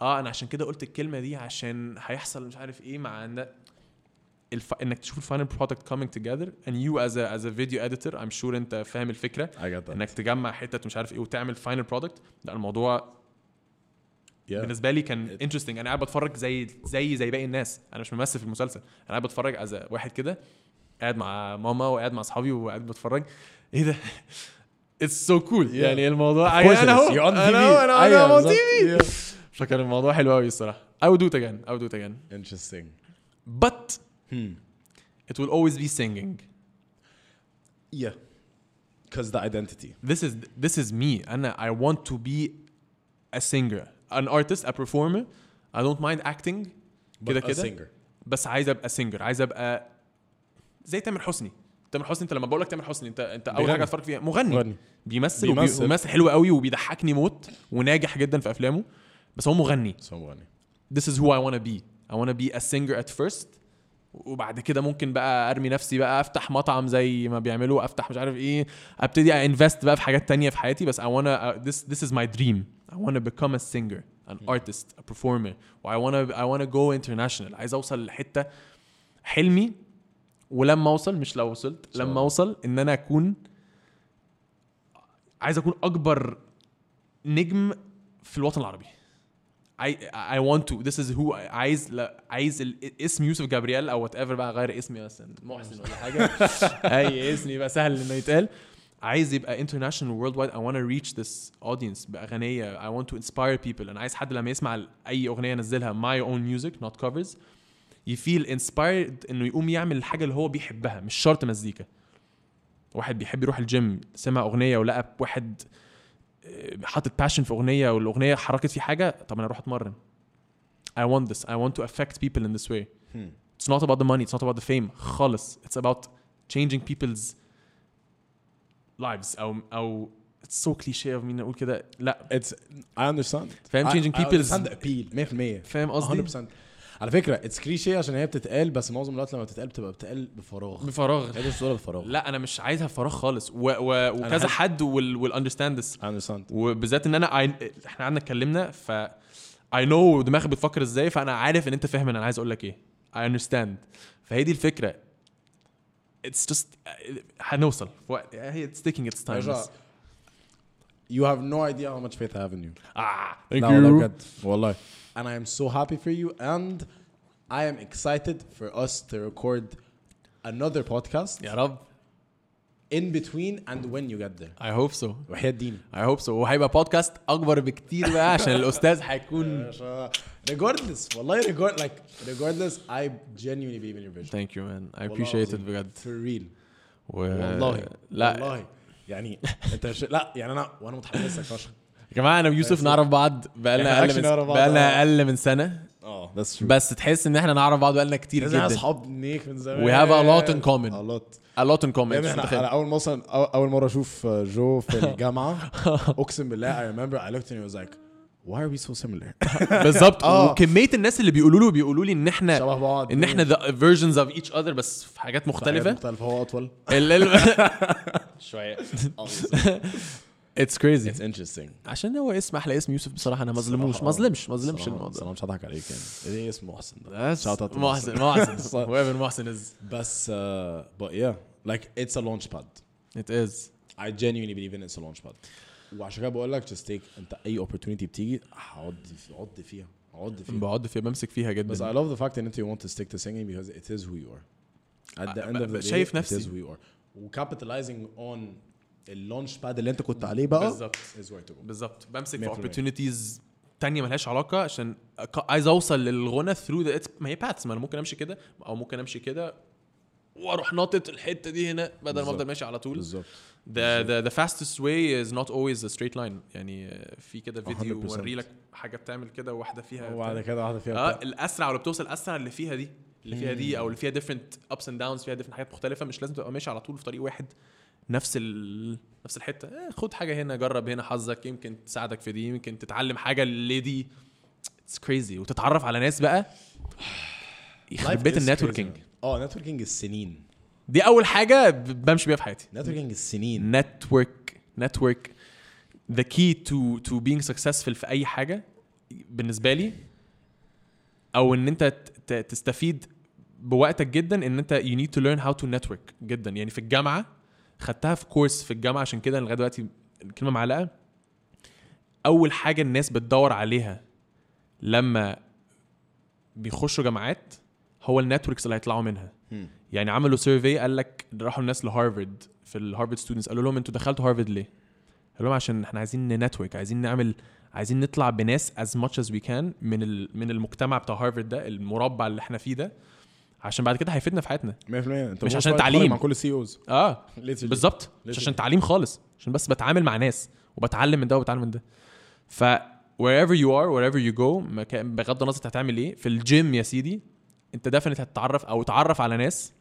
اه انا عشان كده قلت الكلمه دي عشان هيحصل مش عارف ايه مع ان الف... انك تشوف الفاينل برودكت coming together and you as a as a video editor I'm sure انت فاهم الفكره I got that. انك تجمع حتت مش عارف ايه وتعمل فاينل برودكت لا الموضوع yeah. Yeah. بالنسبه لي كان انترستنج انا قاعد بتفرج زي زي زي باقي الناس انا مش ممثل في المسلسل انا قاعد بتفرج از واحد كده قاعد مع ماما وقاعد مع اصحابي وقاعد بتفرج ايه ده <laughs> اتس سو كول يعني الموضوع Of course انا it is. اهو You're on انا TV. اهو انا أيوة، انا اون تي بالظبط. في فكان الموضوع حلو قوي الصراحه I would do it again I would do it again Interesting. but Hmm. it will always be singing Yeah. Because the identity. this is this is me انا I want to be a singer an artist a performer I don't mind acting But كده a كده singer. بس عايز ابقى singer عايز ابقى زي تامر حسني تامر حسني انت لما بقول لك تامر حسني انت انت اول بيغني. حاجه هتفرج فيها مغني مغني. بيمثل بيمثل. وبي- وبيمثل حلو قوي وبيضحكني موت وناجح جدا في افلامه بس هو مغني Someone. this is who I want to be I want to be a singer at first وبعد كده ممكن بقى ارمي نفسي بقى افتح مطعم زي ما بيعملوا افتح مش عارف ايه ابتدي انفست بقى في حاجات تانية في حياتي بس I wanna uh, this this is my dream I wanna become a singer an artist a performer و I wanna I wanna go international عايز اوصل لحتة حلمي ولما اوصل مش لو وصلت لما اوصل ان انا اكون عايز اكون اكبر نجم في الوطن العربي I I want to this is who I, عايز لا عايز ال- اسم يوسف جابرييل او وات ايفر بقى غير اسمي مثلا محسن ولا حاجه <laughs> اي اسم يبقى سهل انه يتقال عايز يبقى international worldwide I want to reach this audience بأغنية I want to inspire people أنا عايز حد لما يسمع أي أغنية أنزلها my own music not covers يفيل inspired إنه يقوم يعمل الحاجة اللي هو بيحبها مش شرط مزيكا واحد بيحب يروح الجيم سمع أغنية ولقى واحد آه، حاطط باشن في اغنيه والاغنيه حركت فيه حاجه طب انا اروح اتمرن I want this I want to affect people in this way it's not about the money it's not about the fame خالص it's about changing people's lives او او it's so cliche of me إني اقول كده لا It's I understand. فاهم؟ I- Changing I people's- understand the appeal 100% فاهم قصدي 100% على فكره اتس كليشيه عشان هي بتتقال بس معظم الوقت لما بتتقال بتبقى بتتقال بفراغ بفراغ هي دي الصوره بفراغ لا انا مش عايزها فراغ خالص و و حاسس- وكذا حد will, will understand this I understand. وبالذات ان انا I- احنا قعدنا اتكلمنا ف اي نو دماغك بتفكر ازاي فانا عارف ان انت فاهم انا عايز اقول لك ايه اي اندرستاند فهي دي الفكره اتس جاست هنوصل في وقت هي اتس تيكينج اتس تايم رجاء، You have no idea how much faith I have in you. اه لا والله بجد والله. And I am so happy for you and I am excited for us to record another podcast يا رب in between and when you get there I hope so وحياة دين I hope so وهيبقى بودكاست اكبر بكتير بقى عشان الاستاذ هيكون regardless والله regard like regardless I genuinely believe in your vision ثانك يو مان I والله <laughs> appreciate it Uh, العظيم. بجد for real و... والله لا والله يعني انت مش لا يعني انا وانا متحمس لك فشخ يا جماعه انا ويوسف نعرف بعض بقالنا إحنا اقل actually من نعرف بعض، بقالنا آه. اقل من سنه اه Oh, that's true بس تحس ان احنا نعرف بعض بقالنا كتير لازم جدا اصحاب نيك من زمان We have a lot in common. a lot a lot in common يا أنت ابني مش احنا متخيل. انا اول مثلا أو- اول مره اشوف جو في <laughs> الجامعه اقسم بالله I remember I looked at him and I was like why are we so similar <laughs> بالظبط آه. وكميه الناس اللي بيقولوا له بيقولوا لي ان احنا شبه بعض ان احنا the versions of each other بس في حاجات مختلفه مختلفه طيب، هو اطول ال- ال- شويه <laughs> it's crazy it's interesting عشان هو اسم احلى اسم يوسف بصراحه انا ما ظلموش ما ظلمش ما ظلمش الموضوع انا مش هضحك عليك <laughs> يعني ايه اسم محسن ده Shout out to محسن <laughs> محسن محسن. whoever محسن is بس uh, but yeah like it's a launch pad it is I genuinely believe in it's a launch pad وعشان كده بقول لك just take انت اي opportunity بتيجي عض في- عض فيها عض فيها بقعد فيها بمسك فيها بس جدا I love the fact ان انت you want to stick to singing because it is who you are at the أ- end of the day شايف it نفسي. is who you are وcapitalizing on اللونش باد اللي انت كنت عليه بقى بالظبط. is where to go بالظبط بمسك في 100%. opportunities تانية ملهاش علاقة عشان أك- عايز اوصل للغنى ثرو ذا ما هي باتس ما انا ممكن امشي كده او ممكن امشي كده واروح ناطط الحتة دي هنا بدل ما بالظبط. افضل ماشي على طول بالظبط the, the, the fastest way is not always a straight line يعني آه، في كده فيديو 100%. وري لك حاجه بتعمل كده وواحده فيها وبعد كده واحده فيها اه بتاع. الاسرع ولو بتوصل اسرع اللي فيها دي اللي فيها دي او اللي فيها ديفرنت ابس اند داونز فيها ديفرنت حاجات مختلفه مش لازم تبقى ماشي على طول في طريق واحد نفس ال... نفس الحته آه خد حاجه هنا جرب هنا حظك يمكن تساعدك في دي يمكن تتعلم حاجه اللي دي اتس كريزي وتتعرف على ناس بقى يخرب Life بيت is النتوركينج crazy. اه networking السنين دي اول حاجه ب- بمشي بيها في حياتي networking السنين network network the key to to being successful في اي حاجه بالنسبه لي او ان انت ت- ت- تستفيد بوقتك جدا ان انت you need to learn how to network جدا يعني في الجامعه خدتها في كورس في الجامعه عشان كده أنا لغايه دلوقتي الكلمه معلقه اول حاجه الناس بتدور عليها لما بيخشوا جامعات هو النتوركس اللي هيطلعوا منها يعني عملوا سيرفي قال لك راحوا الناس لهارفرد في الهارفرد ستودنتس قالوا لهم انتوا دخلتوا هارفرد ليه؟ قالوا لهم عشان احنا عايزين نتورك عايزين نعمل عايزين نطلع بناس as much as we can من ال- من المجتمع بتاع هارفرد ده المربع اللي احنا فيه ده عشان بعد كده هيفيدنا في حياتنا 100% انت مش مش عشان عشان تعليم تعليم. مع كل E السي اوز اه بالظبط مش عشان تعليم خالص عشان بس بتعامل مع ناس وبتعلم من ده وبتعلم من ده ف wherever you are wherever you go مكان- بغض النظر أنت هتعمل ايه في الجيم يا سيدي انت دافنت هتتعرف او تعرف على ناس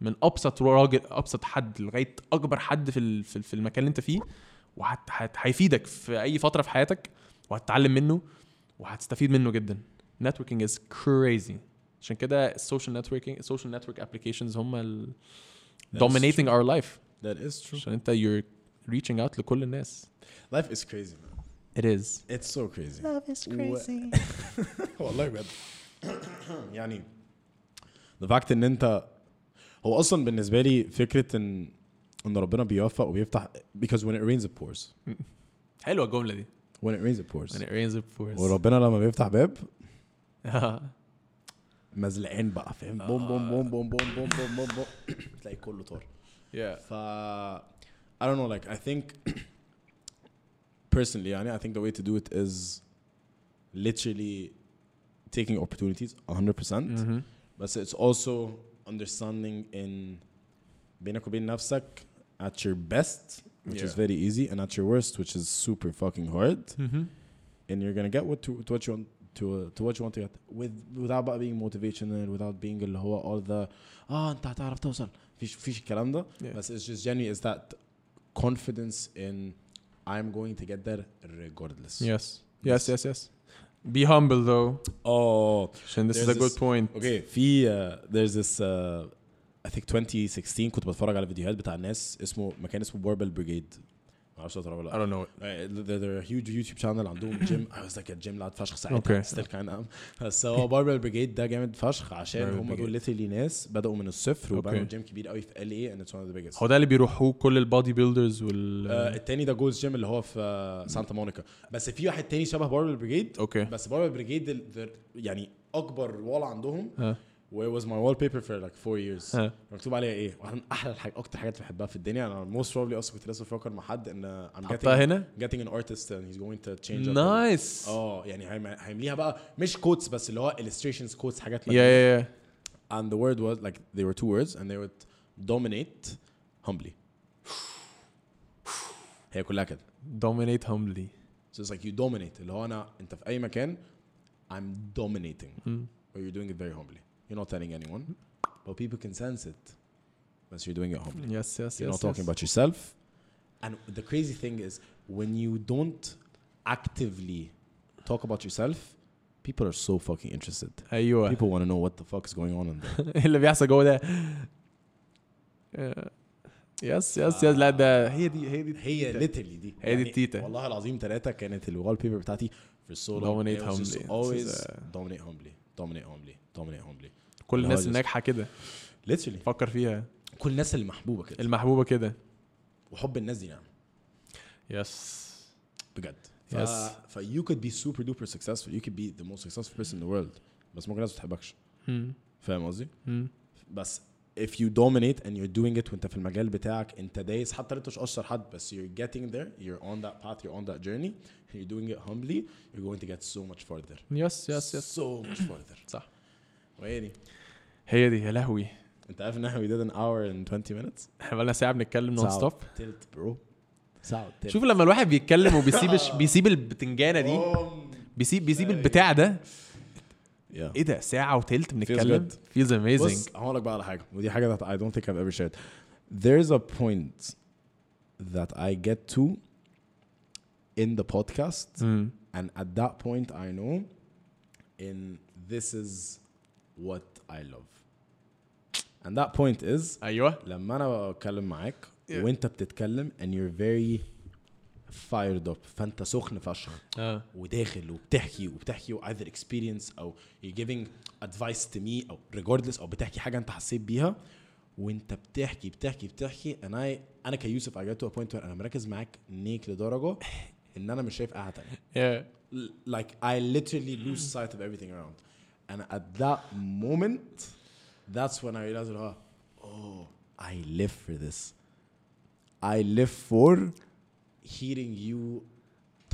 من ابسط راجل ابسط حد لغايه اكبر حد في ال- في في المكان اللي انت فيه وهيفيدك في اي فتره في حياتك وهتتعلم منه وهتستفيد منه جدا networking is crazy عشان كده السوشيال networking السوشيال network applications هم ال That is dominating our life That is true. عشان انت you're reaching out لكل الناس Life is crazy man. it is It's so crazy. Love is crazy. <laughs> والله بجد <coughs> يعني the fact ان انت هو اصلا بالنسبه لي فكره ان ان ربنا بيوفق وبيفتح because when it rains it pours. حلوه الجمله دي When it rains it pours. when it rains it pours وربنا لما بيفتح باب مزلقين بقى فاهم بوم بوم بوم بوم بوم بوم بوم بوم بوم <coughs> تلاقي كله طار. <laughs> yeah ف uh, I don't know like I think <clears throat> personally يعني I think the way to do it is literally taking opportunities 100% مهم. but it's also understanding in بينك وبين نفسك at your best which is Yeah. very easy and at your worst which is super fucking hard مهم. and you're gonna get what to, to what you want to, uh, to what you want to get with without بقى being motivational without being اللي هو all the اه انت هتعرف توصل مفيش مفيش الكلام ده Yeah. بس it's just genuinely is that confidence in I'm going to get there regardless yes yes yes yes be humble though oh عشان this is There's a good this- point اوكي في uh, there's this uh, I think 2016 كنت بتفرج على فيديوهات بتاع ناس اسمه مكان اسمه بوربل بريجيد معرفش تعرفه ولا I don't know it Right, they're, they're a huge YouTube channel عندهم <coughs> جيم I was like a gym loud فشخ ساعتها Okay. still kind of am. بس هو باربل بريجيد ده جامد فشخ عشان Barbell هم دول literally ناس بدأوا من الصفر وبنوا Okay. جيم كبير قوي في ال اي and it's one of the biggest. هو ده اللي بيروحوه كل البودي بيلدرز وال آه، التاني ده جولز جيم اللي هو في آه، سانتا مونيكا بس في واحد تاني شبه باربل بريجيد اوكي بس باربل بريجيد ال- the- يعني اكبر وال عندهم ها. و it was my wallpaper for like four years ها. مكتوب عليها ايه؟ واحد من احلى الحاجات اكتر حاجات بحبها في الدنيا انا most probably اصلا كنت لسه بفكر مع حد ان I'm حطها getting هنا getting an artist and he's going to change up the- نايس اه يعني هيعم- هيمليها بقى مش كوتس بس اللي هو illustrations كوتس حاجات يا like يا يا and the word was like there were two words and they would dominate humbly هي كلها كده دومينيت هامبلي So it's like you dominate اللي هو انا انت في اي مكان I'm dominating or you're doing it very humbly. You're not telling anyone but people can sense it once you're doing it humbly. يس يس You're not يس talking about yourself. And the crazy thing is when you don't actively talk about yourself people are so fucking interested. ايوه People want to know what the fuck is going on in <laughs> there. ايه <laughs> اللي بيحصل جوه ده يس يس يس لا ده هي دي هي دي هي ليترلي دي يعني هي دي التيتا. والله العظيم ثلاثه كانت الوال بيبر بتاعتي في السولو Dominate humbly. This always is a- dominate humbly dominate humbly dominate humbly كل الناس لا، الناجحه كده literally فكر فيها كل الناس اللي محبوبه كده المحبوبه كده وحب الناس دي نعمه يس بجد ف... Yes. ف you could be super duper successful you could be the most successful person in the world بس ممكن الناس ما تحبكش فاهم قصدي؟ بس if you dominate and you're doing it وانت في المجال بتاعك انت دايس حتى لو انت مش اشطر حد بس you're getting there you're on that path you're on that journey and you're doing it humbly you're going to get so much farther يس يس يس so much farther صح وهي دي هي دي يا لهوي <laughs> انت عارف ان احنا we did an hour and 20 minutes احنا بقالنا ساعه بنتكلم نون ساعة ستوب تلت برو ساعة تلت شوف لما الواحد بيتكلم <laughs> وبيسيب بيسيب البتنجانه دي بيسيب بيسيب البتاع ده yeah. ايه ده ساعه وتلت بنتكلم good. بص فيلز اميزنج هقول لك بقى على حاجة ودي حاجة that I don't think I've ever shared there's a point that I get to in the podcast and at that point I know in this is what I love and that point is ايوه لما انا بتكلم معاك Yeah. yeah. وانت بتتكلم and you're very fired up فانت سخن فشخ اه وداخل وبتحكي وبتحكي either experience او you're giving advice to me او regardless او بتحكي حاجه انت حسيت بيها وانت بتحكي بتحكي بتحكي and I انا كيوسف I get to a point where انا مركز معاك نيك لدرجه ان انا مش شايف قاعه تانيه yeah. L- like I literally lose sight of everything around. And at that moment, that's when I realized, oh, oh I live for this. I live for hearing you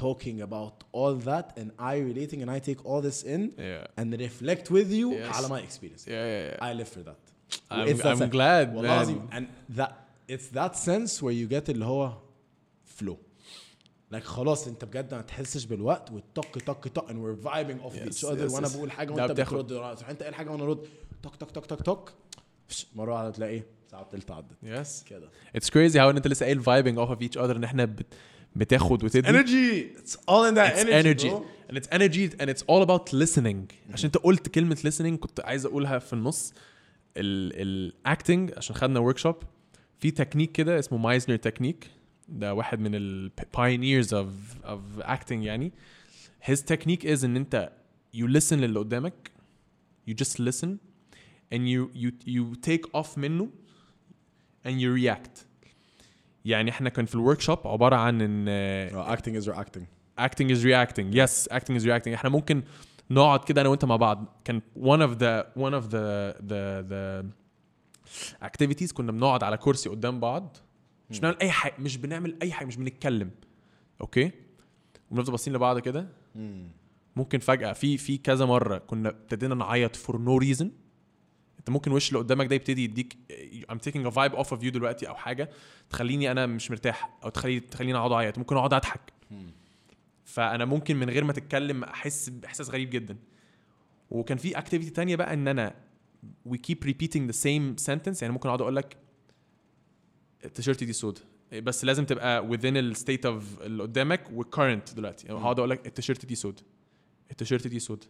talking about all that and I relating and I take all this in Yeah. and reflect with you Yes. على my experience. Yeah, yeah, yeah. I live for that. I'm- It's that I'm sense. glad, والله man. العظيم. And that it's that sense where you get اللي هو flow. Like خلاص انت بجد ما تحسش بالوقت والطق طق طق and we're vibing off Yes, each other yes, وانا yes. بقول حاجه ده وانت بتاخد- بترد تروح انت قايل حاجه وانا ارد طق طق طق طق طق فش، مره واحده تلاقي ساعه تلت عدت يس كده اتس كريزي هاو ان انت لسه قايل فايبنج اوف اوف each اذر ان احنا بت- بتاخد وتدي energy it's all in that It's energy, and it's energy and it's all about listening عشان انت قلت كلمه listening كنت عايز اقولها في النص الاكتنج عشان خدنا ورك شوب في تكنيك كده اسمه مايزنر تكنيك ده واحد من الباينيرز اوف اوف اكتنج يعني his technique is ان انت you listen للي قدامك you just listen and you you you take off منه and you react يعني احنا كان في الورك شوب عباره عن ان آه، acting is your acting acting is reacting yes acting is reacting احنا ممكن نقعد كده انا وانت مع بعض كان one of the one of the the the activities كنا بنقعد على كرسي قدام بعض مش بنعمل اي حاجه مش بنعمل اي حاجه مش بنتكلم اوكي وبنفضل باصين لبعض كده ممكن فجاه في في كذا مره كنا ابتدينا نعيط for no reason انت ممكن وش اللي قدامك ده يبتدي يديك I'm taking a vibe off of you دلوقتي او حاجه تخليني انا مش مرتاح او تخلي تخليني اقعد اعيط ممكن اقعد اضحك فانا ممكن من غير ما تتكلم احس باحساس غريب جدا وكان في اكتيفيتي تانية بقى ان انا we keep repeating the same sentence يعني ممكن اقعد اقول لك التيشيرت دي سود بس لازم تبقى within الستيت اوف اللي قدامك والكرنت دلوقتي يعني هقعد اقول لك التيشيرت دي سود التيشيرت دي سود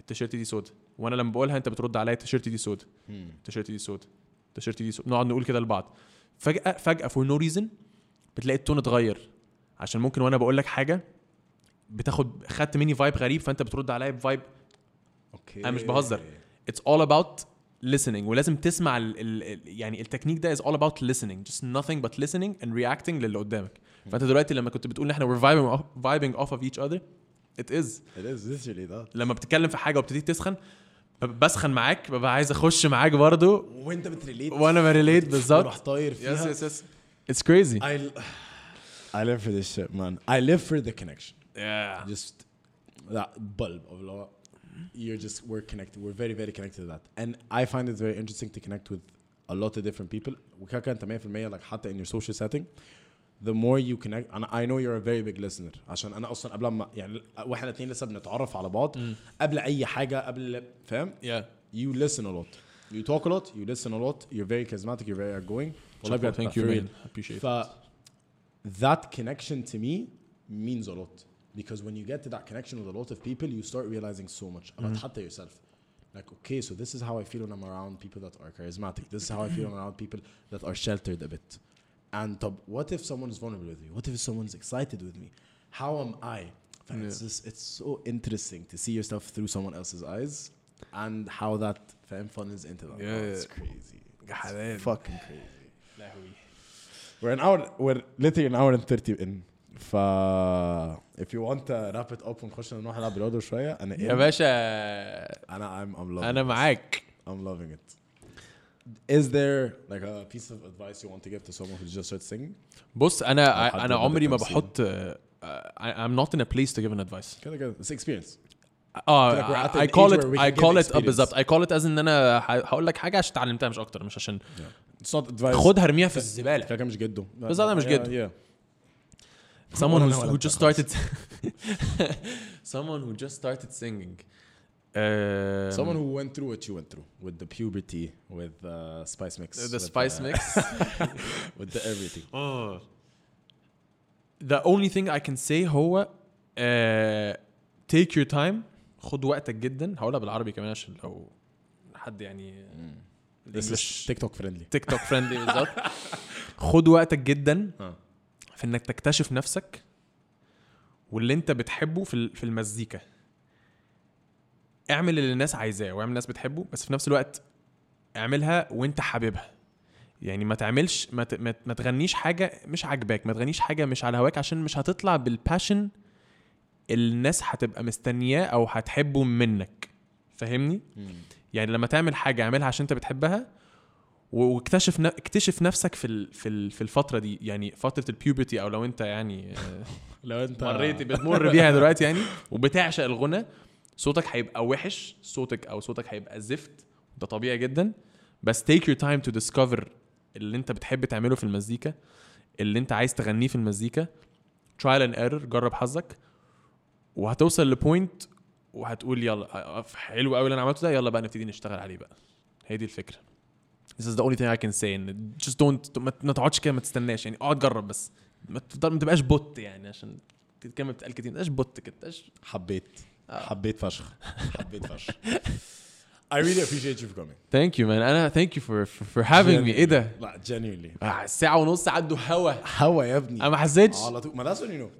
التيشيرت دي سود وانا لما بقولها انت بترد عليا التيشيرت دي سود التيشيرت دي سود التيشيرت دي سود نقعد نقول كده لبعض فجاه فجاه فور نو ريزن بتلاقي التون اتغير عشان ممكن وانا بقول لك حاجه بتاخد خدت مني فايب غريب فانت بترد عليا بفايب اوكي انا مش بهزر اتس اول اباوت listening ولازم تسمع ال ال يعني التكنيك ده is all about listening just nothing but listening and reacting للي قدامك فانت دلوقتي لما كنت بتقول ان احنا we're vibing off, vibing off of each other ات از It is literally that. لما بتتكلم في حاجه وابتديت تسخن ب- بسخن معاك ببقى عايز اخش معاك برضو وانت بتريليت وانا <laughs> بريليت وراح بالظبط طاير يس فيها يس يس اتس كريزي I I live for this shit man I live for the connection just that bulb of law you're just we're connected we're very very connected to that and I find it very interesting to connect with a lot of different people وكاكا انت 100% like حتى in your social setting the more you connect and I know you're a very big listener عشان انا اصلا قبل ما يعني واحنا الاثنين لسه بنتعرف على بعض قبل اي حاجه قبل فاهم يا you listen a lot. You talk a lot, you listen a lot, you're very charismatic, you're very outgoing. والله بجد، ثانك for يو real. مان ابريشيت ف that connection to me means a lot because when you get to that connection with a lot of people, you start realizing so much about Mm-hmm. حتى yourself. Like, okay, so this is how I feel when I'm around people that are charismatic. This is how I feel when I'm around people that are sheltered a bit. And طب, what if someone is vulnerable with me? What if someone's excited with me? How am I? ف- It's, just, it's so interesting to see yourself through someone else's eyes and how that fam funnels into that. Yeah, It's yeah. crazy. حلال. It's fucking crazy. We're an hour we're literally an hour and 30 in ف if you want to wrap it up ونخش نروح نلعب رياضه شويه انا يا in. باشا انا I'm I'm loving انا معاك it. I'm loving it. Is there like a piece of advice you want to give to someone who just started singing? بص أو حد انا انا عمري ما بالتمثيل. بحط I'm not in a place to give an advice كده كده it's experience. like we're اه at I an call age it where we I can call get it experience. آه، بالظبط I call it as ان انا ه- هقول لك حاجه عشان اتعلمتها مش اكتر مش عشان It's not advice. خدها ارميها في الزباله كده كده مش جده. بالظبط، أنا مش Yeah, Yeah. جده. someone ولا who's, أنا ولا who أنت just خالص. started <laughs> someone who just started singing um, Someone who went through what you went through with the puberty, with the spice mix, the spice with, mix with the everything. Uh, <laughs> the only thing I can say هو uh, take your time خد وقتك جدا هقولها بالعربي كمان عشان لو حد يعني This is English TikTok friendly. تيك توك فريندلي <laughs> بالظبط خد وقتك جدا آه. في انك تكتشف نفسك واللي انت بتحبه في ال- في المزيكا اعمل اللي الناس عايزاه واعمل الناس بتحبه بس في نفس الوقت اعملها وانت حاببها يعني ما تعملش ما, ت... ما ت- ما تغنيش حاجه مش عاجباك ما تغنيش حاجه مش على هواك عشان مش هتطلع بالباشن اللي الناس هتبقى مستنياه او هتحبه منك فاهمني يعني لما تعمل حاجه اعملها عشان انت بتحبها و- واكتشف ن- اكتشف نفسك في ال- في ال- في الفتره دي يعني فتره البيوبرتي او لو انت يعني آه، لو انت مريت بتمر بيها دلوقتي يعني <laughs> وبتعشق الغنى صوتك هيبقى وحش صوتك او صوتك هيبقى زفت ده طبيعي جدا بس take your time to discover اللي انت بتحب تعمله في المزيكا اللي انت عايز تغنيه في المزيكا trial and error جرب حظك وهتوصل لبوينت وهتقول يلا أف- حلو قوي اللي انا عملته ده يلا بقى نبتدي نشتغل عليه بقى هي دي الفكره This is the only thing I can say ان just don't ما- ما تقعدش كده ما تستناش يعني اقعد جرب بس ما تفضل ما تبقاش بوت يعني عشان الكلمه بتتقال كتير ما تبقاش بوت كده ما تبقاش حبيت حبيت فشخ حبيت فشخ آه. <laughs> I really appreciate you for coming ثانك يو مان انا ثانك يو فور فور هافينج إيه مي ايه ده؟ لا genuinely آه، ساعة ونص عدوا هوا هوا يا ابني انا ما حسيتش على طول آه، ما that's when you know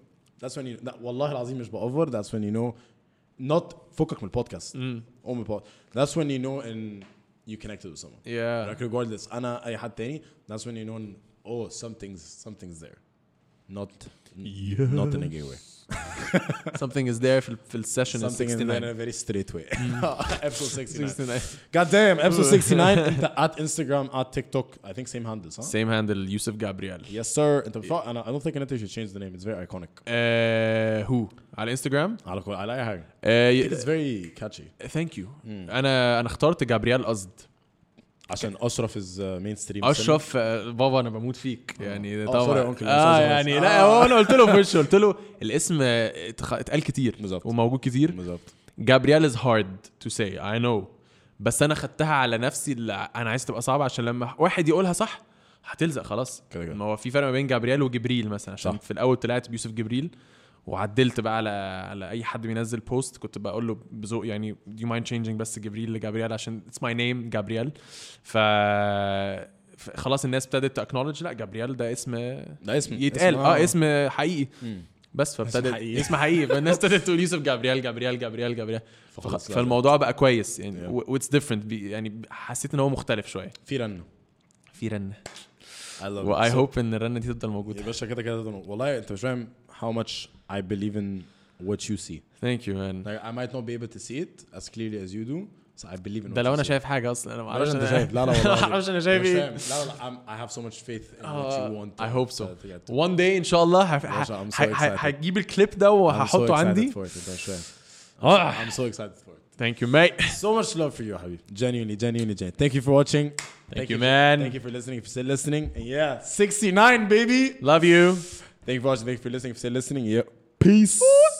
that's when you لا والله العظيم مش بأوفر that's when you know not فكك من البودكاست قوم البود that's when you know in you connected with someone يا like regardless انا اي حد تاني that's when you know in, oh something's something's there not not in a gay way <laughs> something is there في ال- في السيشن something in, in 69 a Mm. very straight way <laughs> episode 69 69 God damn, episode 69 انت at Instagram at TikTok I think same handles huh? <laughs> same handle Uh, يوسف جابرييل Yes sir انت بتفع... انا I don't think انت should change the name it's very iconic هو على Uh, انستغرام على كل على اي حاجة آه، it's very catchy ثانك يو Hmm. انا انا اخترت جابرييل قصد عشان اشرف is uh, مين ستريم اشرف آه، بابا انا بموت فيك يعني آه، طبعا sorry يا uncle. I'm اه sorry. يعني آه. لا هو انا قلت له في وشه قلت له الاسم آه، اتخ- اتقال كتير بالظبط. وموجود كتير بالظبط جابرييل از هارد تو سي اي نو بس انا خدتها على نفسي اللي انا عايز تبقى صعبه عشان لما واحد يقولها صح هتلزق خلاص كده كده. ما هو في فرق ما بين جابرييل وجبريل مثلا عشان صح. في الاول طلعت بيوسف جبريل وعدلت بقى على على اي حد بينزل بوست كنت بقول له بذوق يعني do you mind changing بس جبريل لجابرييل عشان it's my name جابرييل ف ف- خلاص الناس ابتدت تاكنولج لا جابرييل ده اسم ده اسم آه. يتقال اه اسم حقيقي مم. بس فابتدت حقيقي. اسم حقيقي فالناس ابتدت تقول يوسف جابرييل جابرييل <laughs> جابرييل جابرييل فخلاص، فخ- لا، فالموضوع بقى كويس يعني Yeah. واتس ديفرنت يعني حسيت ان هو مختلف شويه في رنة في رنه I love واي it. So- هوب ان الرنه دي تفضل يا موجوده باشا كده كده والله انت مش فاهم how much I believe in what you see ثانك يو مان like I might not be able to see it as clearly as you do so I believe in ده what لو you انا see. شايف حاجه اصلا انا ما معرفش اعرفش انت شايف لا لا <laughs> والله ما اعرفش انا شايف ايه مش فاهم. لا لا I'm- I have so much faith in what you آه، want e- Uh, I to- hope so. to get to. وان داي ان شاء الله هف... ه... باشا، I'm so ه... ه... excited. هجيب الكليب ده I'm so وهحطه excited عندي for it. انت مش فاهم. اه I'm so excited for it. ثانك يو ماي <laughs> So much love for you يا حبيبي. Genuinely, genuinely, genuinely. Thank you for watching. you, man. Thank you for listening. If you're still listening, And yeah, 69 baby. لاف يو Thank you for watching. Thank you for listening. If you're still listening, yeah. Peace.